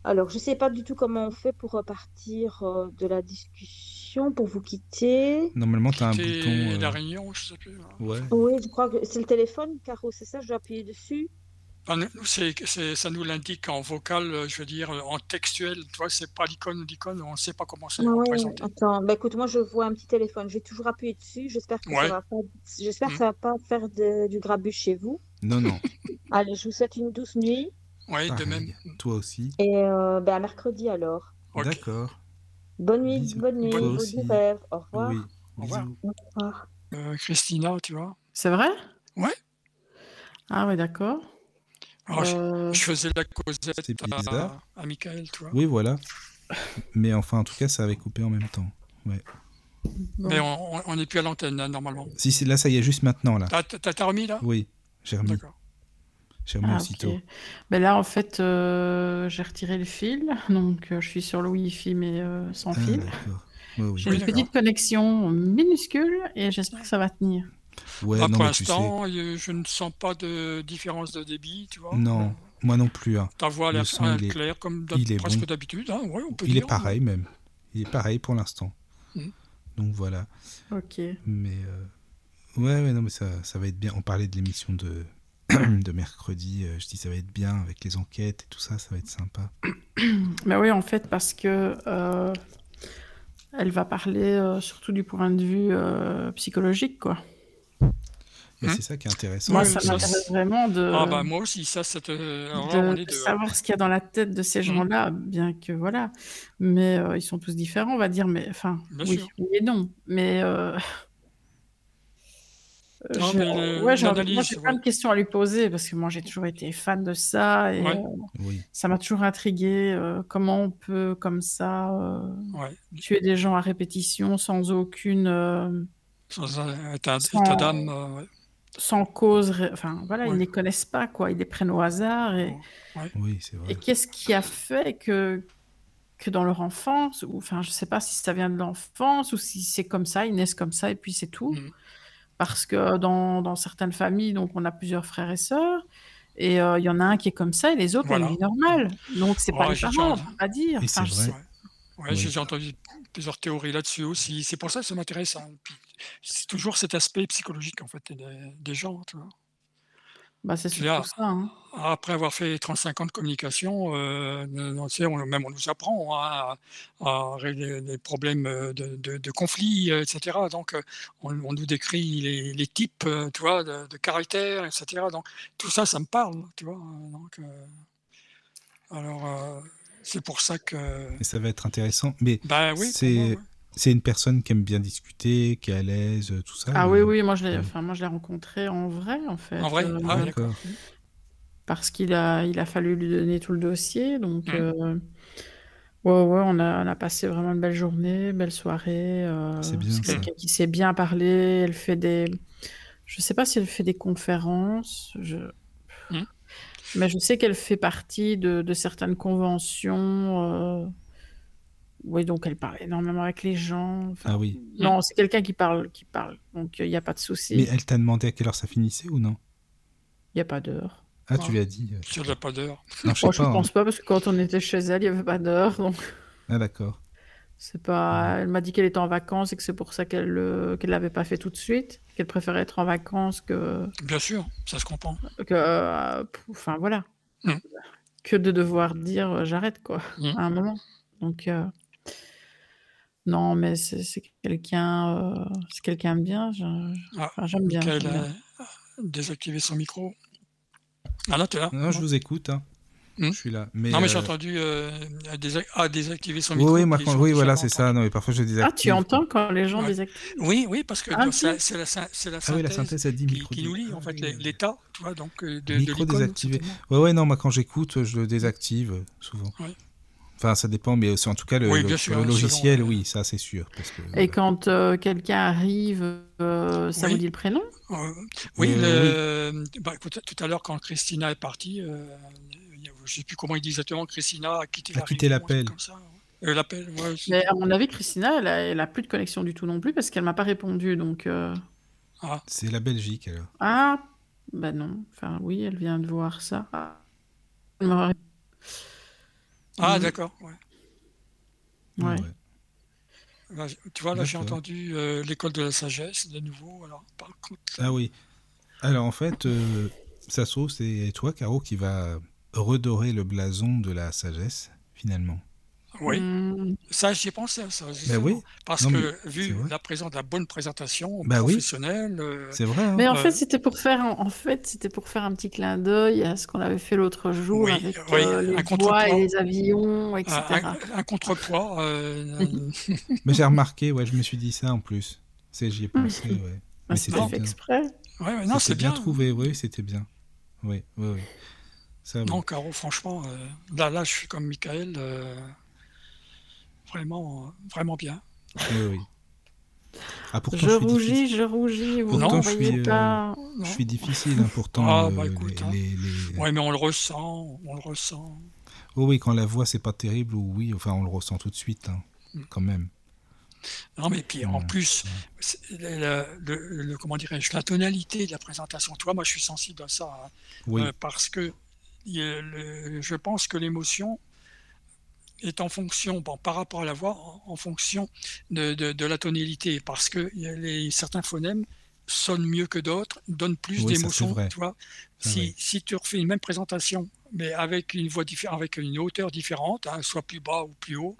S6: Alors, je ne sais pas du tout comment on fait pour repartir euh, de la discussion, pour vous quitter.
S4: Normalement, tu as un
S3: Quitter
S4: bouton. euh,
S3: la réunion, je sais plus. hein.
S4: Ouais.
S6: Oui, je crois que c'est le téléphone, Caro, c'est ça, je dois appuyer dessus.
S3: Enfin, nous, c'est- c'est- ça nous l'indique en vocal, euh, je veux dire, euh, en textuel. Tu vois, c'est pas l'icône, l'icône, on ne sait pas comment c'est
S6: Ah ouais,
S3: représenté.
S6: attends, bah écoute, moi je vois un petit téléphone, je vais toujours appuyer dessus, j'espère que
S3: Ouais.
S6: ça va pas, j'espère que
S3: Mm.
S6: ça va pas faire de- du grabuge chez vous.
S4: Non, non.
S6: Allez, je vous souhaite une douce nuit
S3: Oui, de
S4: Pareil.
S3: même.
S4: Toi aussi.
S6: et euh, bah, à mercredi alors.
S3: Ok.
S4: D'accord.
S6: Bonne nuit,
S4: Bisous.
S6: bonne nuit,
S3: Toi
S6: beaux
S4: aussi.
S6: rêves, au revoir.
S4: Oui.
S3: Au revoir.
S4: Bisous.
S6: Au revoir.
S3: Euh, Christina, tu vois.
S5: C'est vrai
S3: Ouais.
S5: Ah, oui, d'accord.
S3: Alors, je-
S5: Euh,
S3: je faisais la causette
S4: C'est
S3: à,
S4: bizarre.
S3: à Michael, tu vois.
S4: Oui, voilà. Mais enfin, en tout cas, ça avait coupé en même temps.
S5: bon.
S3: Mais on on- on n'est plus à l'antenne, là, normalement.
S4: Si, c'est- là, ça y est, juste maintenant, là.
S3: T'as t'as- t'as remis, là
S4: Oui, j'ai remis.
S3: D'accord.
S4: J'ai remis
S5: Ah,
S4: aussitôt.
S5: ok. Ben là, en fait, euh, j'ai retiré le fil, donc euh, je suis sur le Wi-Fi, mais euh, sans
S4: Ah,
S5: fil.
S4: d'accord. Oui, oui.
S5: J'ai une
S3: d'accord.
S5: petite connexion minuscule et j'espère que ça va tenir.
S4: Ouais,
S3: Là,
S4: non,
S3: Ah, pour
S4: mais tu sais.
S3: l'instant, euh, je ne sens pas de différence de débit, tu vois.
S4: Non, moi non plus. hein.
S3: Ta voix, elle
S4: Le
S3: est
S4: son,
S3: elle
S4: il est-
S3: est claire, comme d'hab-
S4: il est
S3: presque
S4: bon.
S3: d'habitude. hein, ouais, on peut
S4: Il
S3: dire.
S4: est pareil, même. Il est pareil pour l'instant.
S3: Mhm.
S4: Donc voilà.
S5: Ok.
S4: Mais euh, ouais, ouais, non, mais ça, ça va être bien. On parlait de l'émission de, de mercredi. euh, je dis ça va être bien avec les enquêtes et tout ça. Ça va être sympa.
S5: Ben oui, en fait, parce que euh, elle va parler euh, surtout du point de vue euh, psychologique, quoi.
S4: Mais
S3: Mhm.
S4: c'est ça qui est intéressant.
S5: Moi,
S3: Ouais,
S5: ça
S3: ça,
S5: m'intéresse
S3: c'est-
S5: vraiment de,
S3: Ah, bah, moi aussi, ça, c'est. euh, alors là, on
S5: de
S3: est deux, hein. Mm.
S5: savoir ce qu'il y a dans la tête de ces gens-là, bien que voilà. Mais euh, ils sont tous différents, on va dire. Mais enfin,
S3: Bien
S5: oui,
S3: sûr.
S5: oui et non. Mais euh, euh,
S3: Non,
S5: je-
S3: mais le-
S5: ouais, j'ai envie- moi,
S3: l'analyse,
S5: j'ai plein
S3: ouais.
S5: de questions à lui poser parce que moi, j'ai toujours été fan de ça et
S3: Ouais.
S5: euh,
S4: Oui,
S5: ça m'a toujours intrigué euh, comment on peut comme ça euh,
S3: Ouais.
S5: tuer des gens à répétition sans aucune euh,
S3: Sans un état,
S5: Sans-
S3: état d'âme, euh, ouais.
S5: sans cause. ré- Enfin, voilà, ils
S3: Ouais.
S5: ne les connaissent pas quoi, ils les prennent au hasard et
S4: oui, c'est
S5: Et
S4: vrai.
S5: qu'est-ce qui a fait que, que dans leur enfance, ou enfin, je sais pas si ça vient de l'enfance ou si c'est comme ça, ils naissent comme ça et puis c'est tout.
S3: Mhm.
S5: Parce que euh, dans, dans certaines familles, donc on a plusieurs frères et sœurs, et euh, il y en a un qui est comme ça et les autres ont
S3: Voilà.
S5: une vie normale. Donc c'est pas
S3: Ouais,
S5: les
S3: j'ai
S5: parents, on
S3: déjà-
S5: peut pas dire.
S4: Et c'est
S5: Enfin, je
S4: vrai.
S5: sais-
S3: Ouais, oui. J'ai entendu plusieurs théories là-dessus aussi. C'est pour ça que ça m'intéresse. Hein. C'est toujours cet aspect psychologique en fait des, des gens. Tu vois.
S5: Bah, c'est surtout là, ça. Hein.
S3: Après avoir fait 35 ans de communication, euh, on, on, même on nous apprend hein, à, à, régler les problèmes euh, de, de, de conflits, etc. Donc, euh, on, on nous décrit les, les types, euh, tu vois, de, de, caractères, etc. Donc, tout ça, ça me parle, tu vois. Donc, euh, alors, euh, c'est pour ça que.
S4: Et ça va être intéressant. Mais
S3: bah, oui,
S4: c'est. C'est une personne qui aime bien discuter, qui est à l'aise, euh, tout ça.
S5: Ah oui, oui, moi je l'ai, enfin, moi je l'ai rencontré en vrai, en fait.
S3: En vrai, euh, ah, d'accord.
S5: Parce qu'il a, il a fallu lui donner tout le dossier, donc. Mmh. Euh, ouais, ouais, on a, on a passé vraiment une belle journée, belle soirée. Euh,
S4: c'est bien.
S5: C'est quelqu'un qui sait bien parler. Elle fait des, je sais pas si elle fait des conférences. Je... Mmh. Mais je sais qu'elle fait partie de, de certaines conventions. euh, Oui, donc elle parle énormément avec les gens. Enfin,
S4: ah oui.
S5: Non, c'est quelqu'un qui parle, qui parle. Donc il euh, n'y a pas de souci.
S4: Mais elle t'a demandé à quelle heure ça finissait ou non
S5: Il n'y a pas d'heure.
S4: Ah, ah, tu lui as dit euh,
S3: Je n'ai pas d'heure.
S5: Non, je ne oh, pense hein. pas parce que quand on était chez elle, il n'y avait pas d'heure. Donc...
S4: Ah d'accord.
S5: C'est pas. Ouais. Elle m'a dit qu'elle était en vacances et que c'est pour ça qu'elle euh, qu'elle l'avait pas fait tout de suite. Qu'elle préférait être en vacances que.
S3: Bien sûr, ça se comprend.
S5: Que, euh, enfin voilà. Mm. Que de devoir dire euh, j'arrête quoi mm. à un moment. Donc euh, non, mais c'est quelqu'un euh, c'est quelqu'un de bien. J'aime ah, enfin, bien.
S3: Michael a désactivé euh, son micro. Ah là, t'es là.
S4: Non, je vous écoute. Hein. Mmh. Je suis là. Mais,
S3: Hmm. non, mais j'ai entendu euh, à, désa à, désactiver son micro.
S4: Oui, oui, quand, oui voilà, c'est ça. Non, mais parfois je désactive.
S5: Ah, tu entends quand les gens ouais. désactivent
S3: Oui, oui, parce que ah, c'est la, la, synthèse,
S4: ah, oui, la synthèse a dit
S3: qui,
S4: micro
S3: qui nous lie, en fait, l'état, tu vois, donc euh, de,
S4: micro
S3: de
S4: désactivé. Ah Ouais, ouais, non, moi quand j'écoute, je le désactive euh, souvent. Ouais. Enfin, ça dépend, mais euh, c'est en tout cas le, oui, le, sûr,
S3: hein,
S4: le logiciel,
S3: euh,
S4: selon... oui, ça c'est sûr. Parce que,
S5: Et quand euh, quelqu'un arrive, euh, ça oui. vous dit le prénom
S3: euh, Oui, le... Bah, écoute, tout à l'heure quand Christina est partie, euh, je ne sais plus comment ils disent exactement, Christina a quitté,
S4: a quitté l'appel.
S3: L'appel, ouais,
S5: Mais à mon avis, Christina, elle n'a plus de connexion du tout non plus parce qu'elle m'a pas répondu. donc. euh,
S4: Ah. C'est la Belgique alors.
S5: Ah, bah non. Enfin, oui, elle vient de voir ça. Ah. Elle m'a
S3: ah, mmh. d'accord, ouais.
S5: Ouais.
S3: Là, tu vois, là, j'ai entendu euh, l'école de la sagesse, de nouveau. Alors, par contre...
S4: Ah oui. Alors, en fait, euh, Sasso, c'est toi, Caro, qui va redorer le blason de la sagesse, finalement.
S3: Oui,
S5: Hmm.
S3: mmh. ça j'y ai pensé à ça.
S4: Bah oui.
S3: Parce non, que vu la présence, la bonne présentation bah professionnelle.
S4: Oui. Ben C'est vrai. Hein.
S5: Mais en euh... fait c'était pour faire, en fait c'était pour faire un petit clin d'œil à ce qu'on avait fait l'autre jour oui, avec oui. Euh, les voies et les avions, etc.
S3: Ah, Un, un contrepoids. Euh...
S4: Mais j'ai remarqué, ouais, je me suis dit ça en plus. C'est j'y ai pensé, ouais.
S5: Mais ah, c'était fait exprès.
S3: Ouais, ouais non, c'est
S4: bien.
S3: bien
S4: trouvé, oui, c'était bien. Oui, oui, oui.
S3: Ça, non, Caro, franchement, euh, là, là, je suis comme Michael euh, vraiment, vraiment bien.
S4: Oui, oui. Ah, pourtant,
S5: je, je rougis, je rougis, vous
S4: pourtant,
S5: non,
S4: je suis,
S5: pas.
S4: Euh, je suis difficile, hein, pourtant.
S3: Ah, bah, écoute,
S4: les, hein. les, les...
S3: Ouais, mais on le ressent, on le ressent.
S4: Oh, oui, quand la voix, c'est pas terrible, ou oui, enfin, on le ressent tout de suite, hein, mm. quand même.
S3: Non, mais puis en plus, le, le, le, comment dirais-je, la tonalité de la présentation, toi, moi, je suis sensible à ça,
S4: oui. euh,
S3: parce que le, je pense que l'émotion, est en fonction, bon, par rapport à la voix, en, en fonction de, de, de, la tonalité, parce que les, certains phonèmes sonnent mieux que d'autres, donnent plus
S4: oui,
S3: d'émotion.
S4: Tu
S3: vois, si, si, tu refais une même présentation, mais avec une voix différente, avec une hauteur différente, hein, soit plus bas ou plus haut,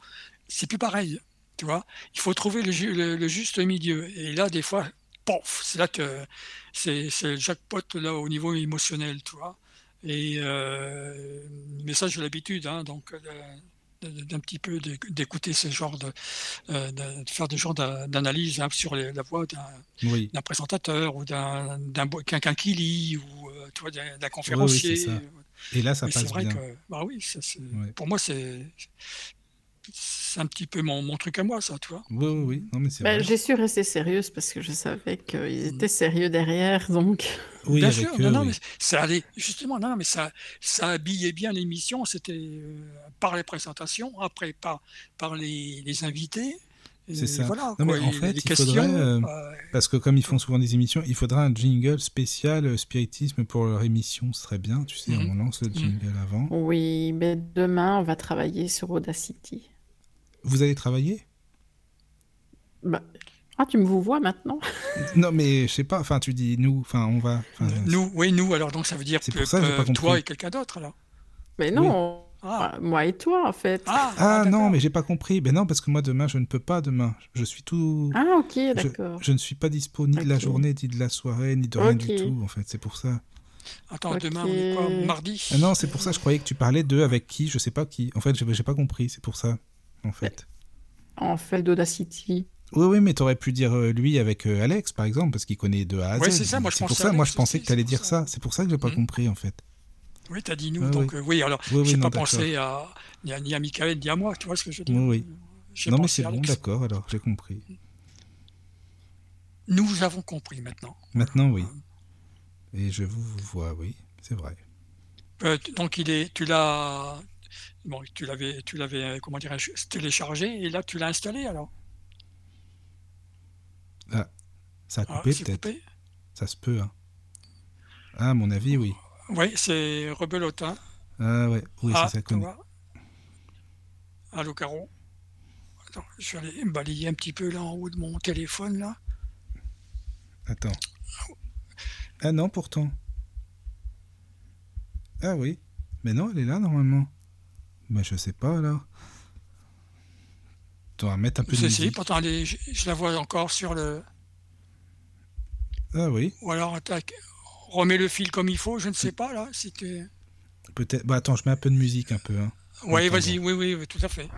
S3: c'est plus pareil. Tu vois, il faut trouver le, ju le, le juste milieu. Et là, des fois, pof, c'est là que c'est le jackpot là au niveau émotionnel, tu vois. Et euh, mais ça, j'ai l'habitude, hein, donc. Euh, d'un petit peu d'écouter ces genres de, euh, de, faire des genres d'analyse hein, sur les, la voix d'un
S4: oui.
S3: présentateur ou d'un quelqu'un qui lit ou euh, tu vois d'un conférencier
S4: oui, oui, et là ça
S3: Mais
S4: passe
S3: vrai
S4: bien
S3: que, bah oui ça, pour moi c'est c'est un petit peu mon, mon, truc à moi, ça, tu vois.
S4: Oui, oui, oui. Non,
S5: mais Ben, j'ai su rester sérieuse parce que je savais qu'ils étaient sérieux derrière, donc.
S4: Oui,
S3: bien
S4: avec
S3: sûr.
S4: Eux,
S3: non, non,
S4: oui.
S3: mais ça allait, justement, non, mais ça, ça habillait bien l'émission. C'était euh, par les présentations, après par, par les, les invités.
S4: C'est ça. Voilà, non, mais en fait, il faudrait, euh, euh, parce que comme ils font souvent des émissions, il faudra un jingle spécial euh, spiritisme pour leur émission. Ce serait bien, tu sais,
S3: Mm-hmm.
S4: mm -hmm. on lance le jingle mm -hmm. avant.
S5: Oui, mais demain, on va travailler sur Audacity.
S4: Vous allez travailler
S5: Bah, Ah, tu me vous vois maintenant
S4: Non, mais je sais pas. Enfin, tu dis nous. Enfin, on va. enfin,
S3: Nous, oui, nous, alors donc ça veut dire
S4: ah, C'est
S3: que,
S4: pour ça que j'ai
S3: que
S4: pas
S3: toi
S4: compris.
S3: et quelqu'un d'autre, alors.
S5: Mais non,
S3: Ah,
S5: bah, moi et toi en fait.
S3: ah,
S4: Ah non,
S3: d'accord.
S4: mais j'ai pas compris. Ben non, parce que moi demain je ne peux pas demain. Je suis tout.
S5: Ah, ok, d'accord.
S4: Je ne suis pas dispo ni de la
S5: Ok.
S4: journée, ni de la soirée, ni de rien
S5: Ok.
S4: du tout. En fait, c'est pour ça.
S3: Attends,
S5: Ok.
S3: demain, on est quoi Mardi
S4: Ah non, c'est pour ça. Je croyais que tu parlais de avec qui. Je sais pas qui. En fait, j'ai j'ai pas compris. C'est pour ça. En fait.
S5: En fait, d'Audacity.
S4: Oui, oui, mais t'aurais pu dire euh, lui avec euh, Alex, par exemple, parce qu'il connaît de A à Z.
S3: Ouais, c'est ça, moi, je
S4: C'est pour
S3: pensais
S4: ça.
S3: à
S4: Moi,
S3: Alex
S4: je pensais
S3: aussi,
S4: que t'allais
S3: c'est pour
S4: dire ça. C'est pour ça que j'ai pas
S3: Mhm.
S4: compris, en fait.
S3: Oui, t'as dit nous,
S4: Ah,
S3: donc euh, oui, alors,
S4: Oui, oui,
S3: j'ai pas
S4: non, d'accord.
S3: pensé à, ni, à, ni à Michael, ni à moi, tu vois ce que je veux
S4: Oui,
S3: dire
S4: oui.
S3: J'ai
S4: Non, mais
S3: pensé
S4: c'est
S3: à
S4: bon,
S3: Alex.
S4: d'accord. Alors, j'ai compris.
S3: Nous avons compris maintenant.
S4: Maintenant, oui. Et je vous, vous vois, oui. C'est vrai.
S3: Euh, t- donc il est, tu l'as, bon, tu l'avais, tu l'avais, euh, comment dirais-je, téléchargé et là tu l'as installé alors.
S4: Ça a
S3: Ah,
S4: coupé
S3: c'est
S4: peut-être.
S3: coupé.
S4: Ça se peut. Hein. Ah, à mon avis, oui.
S3: Oui, c'est rebelotin.
S4: Ah ouais, oui,
S3: ah,
S4: ça, ça
S3: tu
S4: connaît.
S3: vois. Allô Caro. Attends, je vais aller balayer un petit peu là en haut de mon téléphone là.
S4: Attends. Ah non, pourtant. Ah oui. Mais non, elle est là normalement. Mais je sais pas alors. Tu vas mettre un peu de
S3: Si, si,
S4: musique.
S3: pourtant elle est- je, je la vois encore sur le.
S4: Ah oui,
S3: Ou alors attaque. Remets le fil comme il faut, je ne sais pas là. Si tu.
S4: peut-être. Bah attends, je mets un peu de musique un peu. Hein.
S3: Oui,
S4: Attends,
S3: vas-y, oui, oui, oui, tout à fait.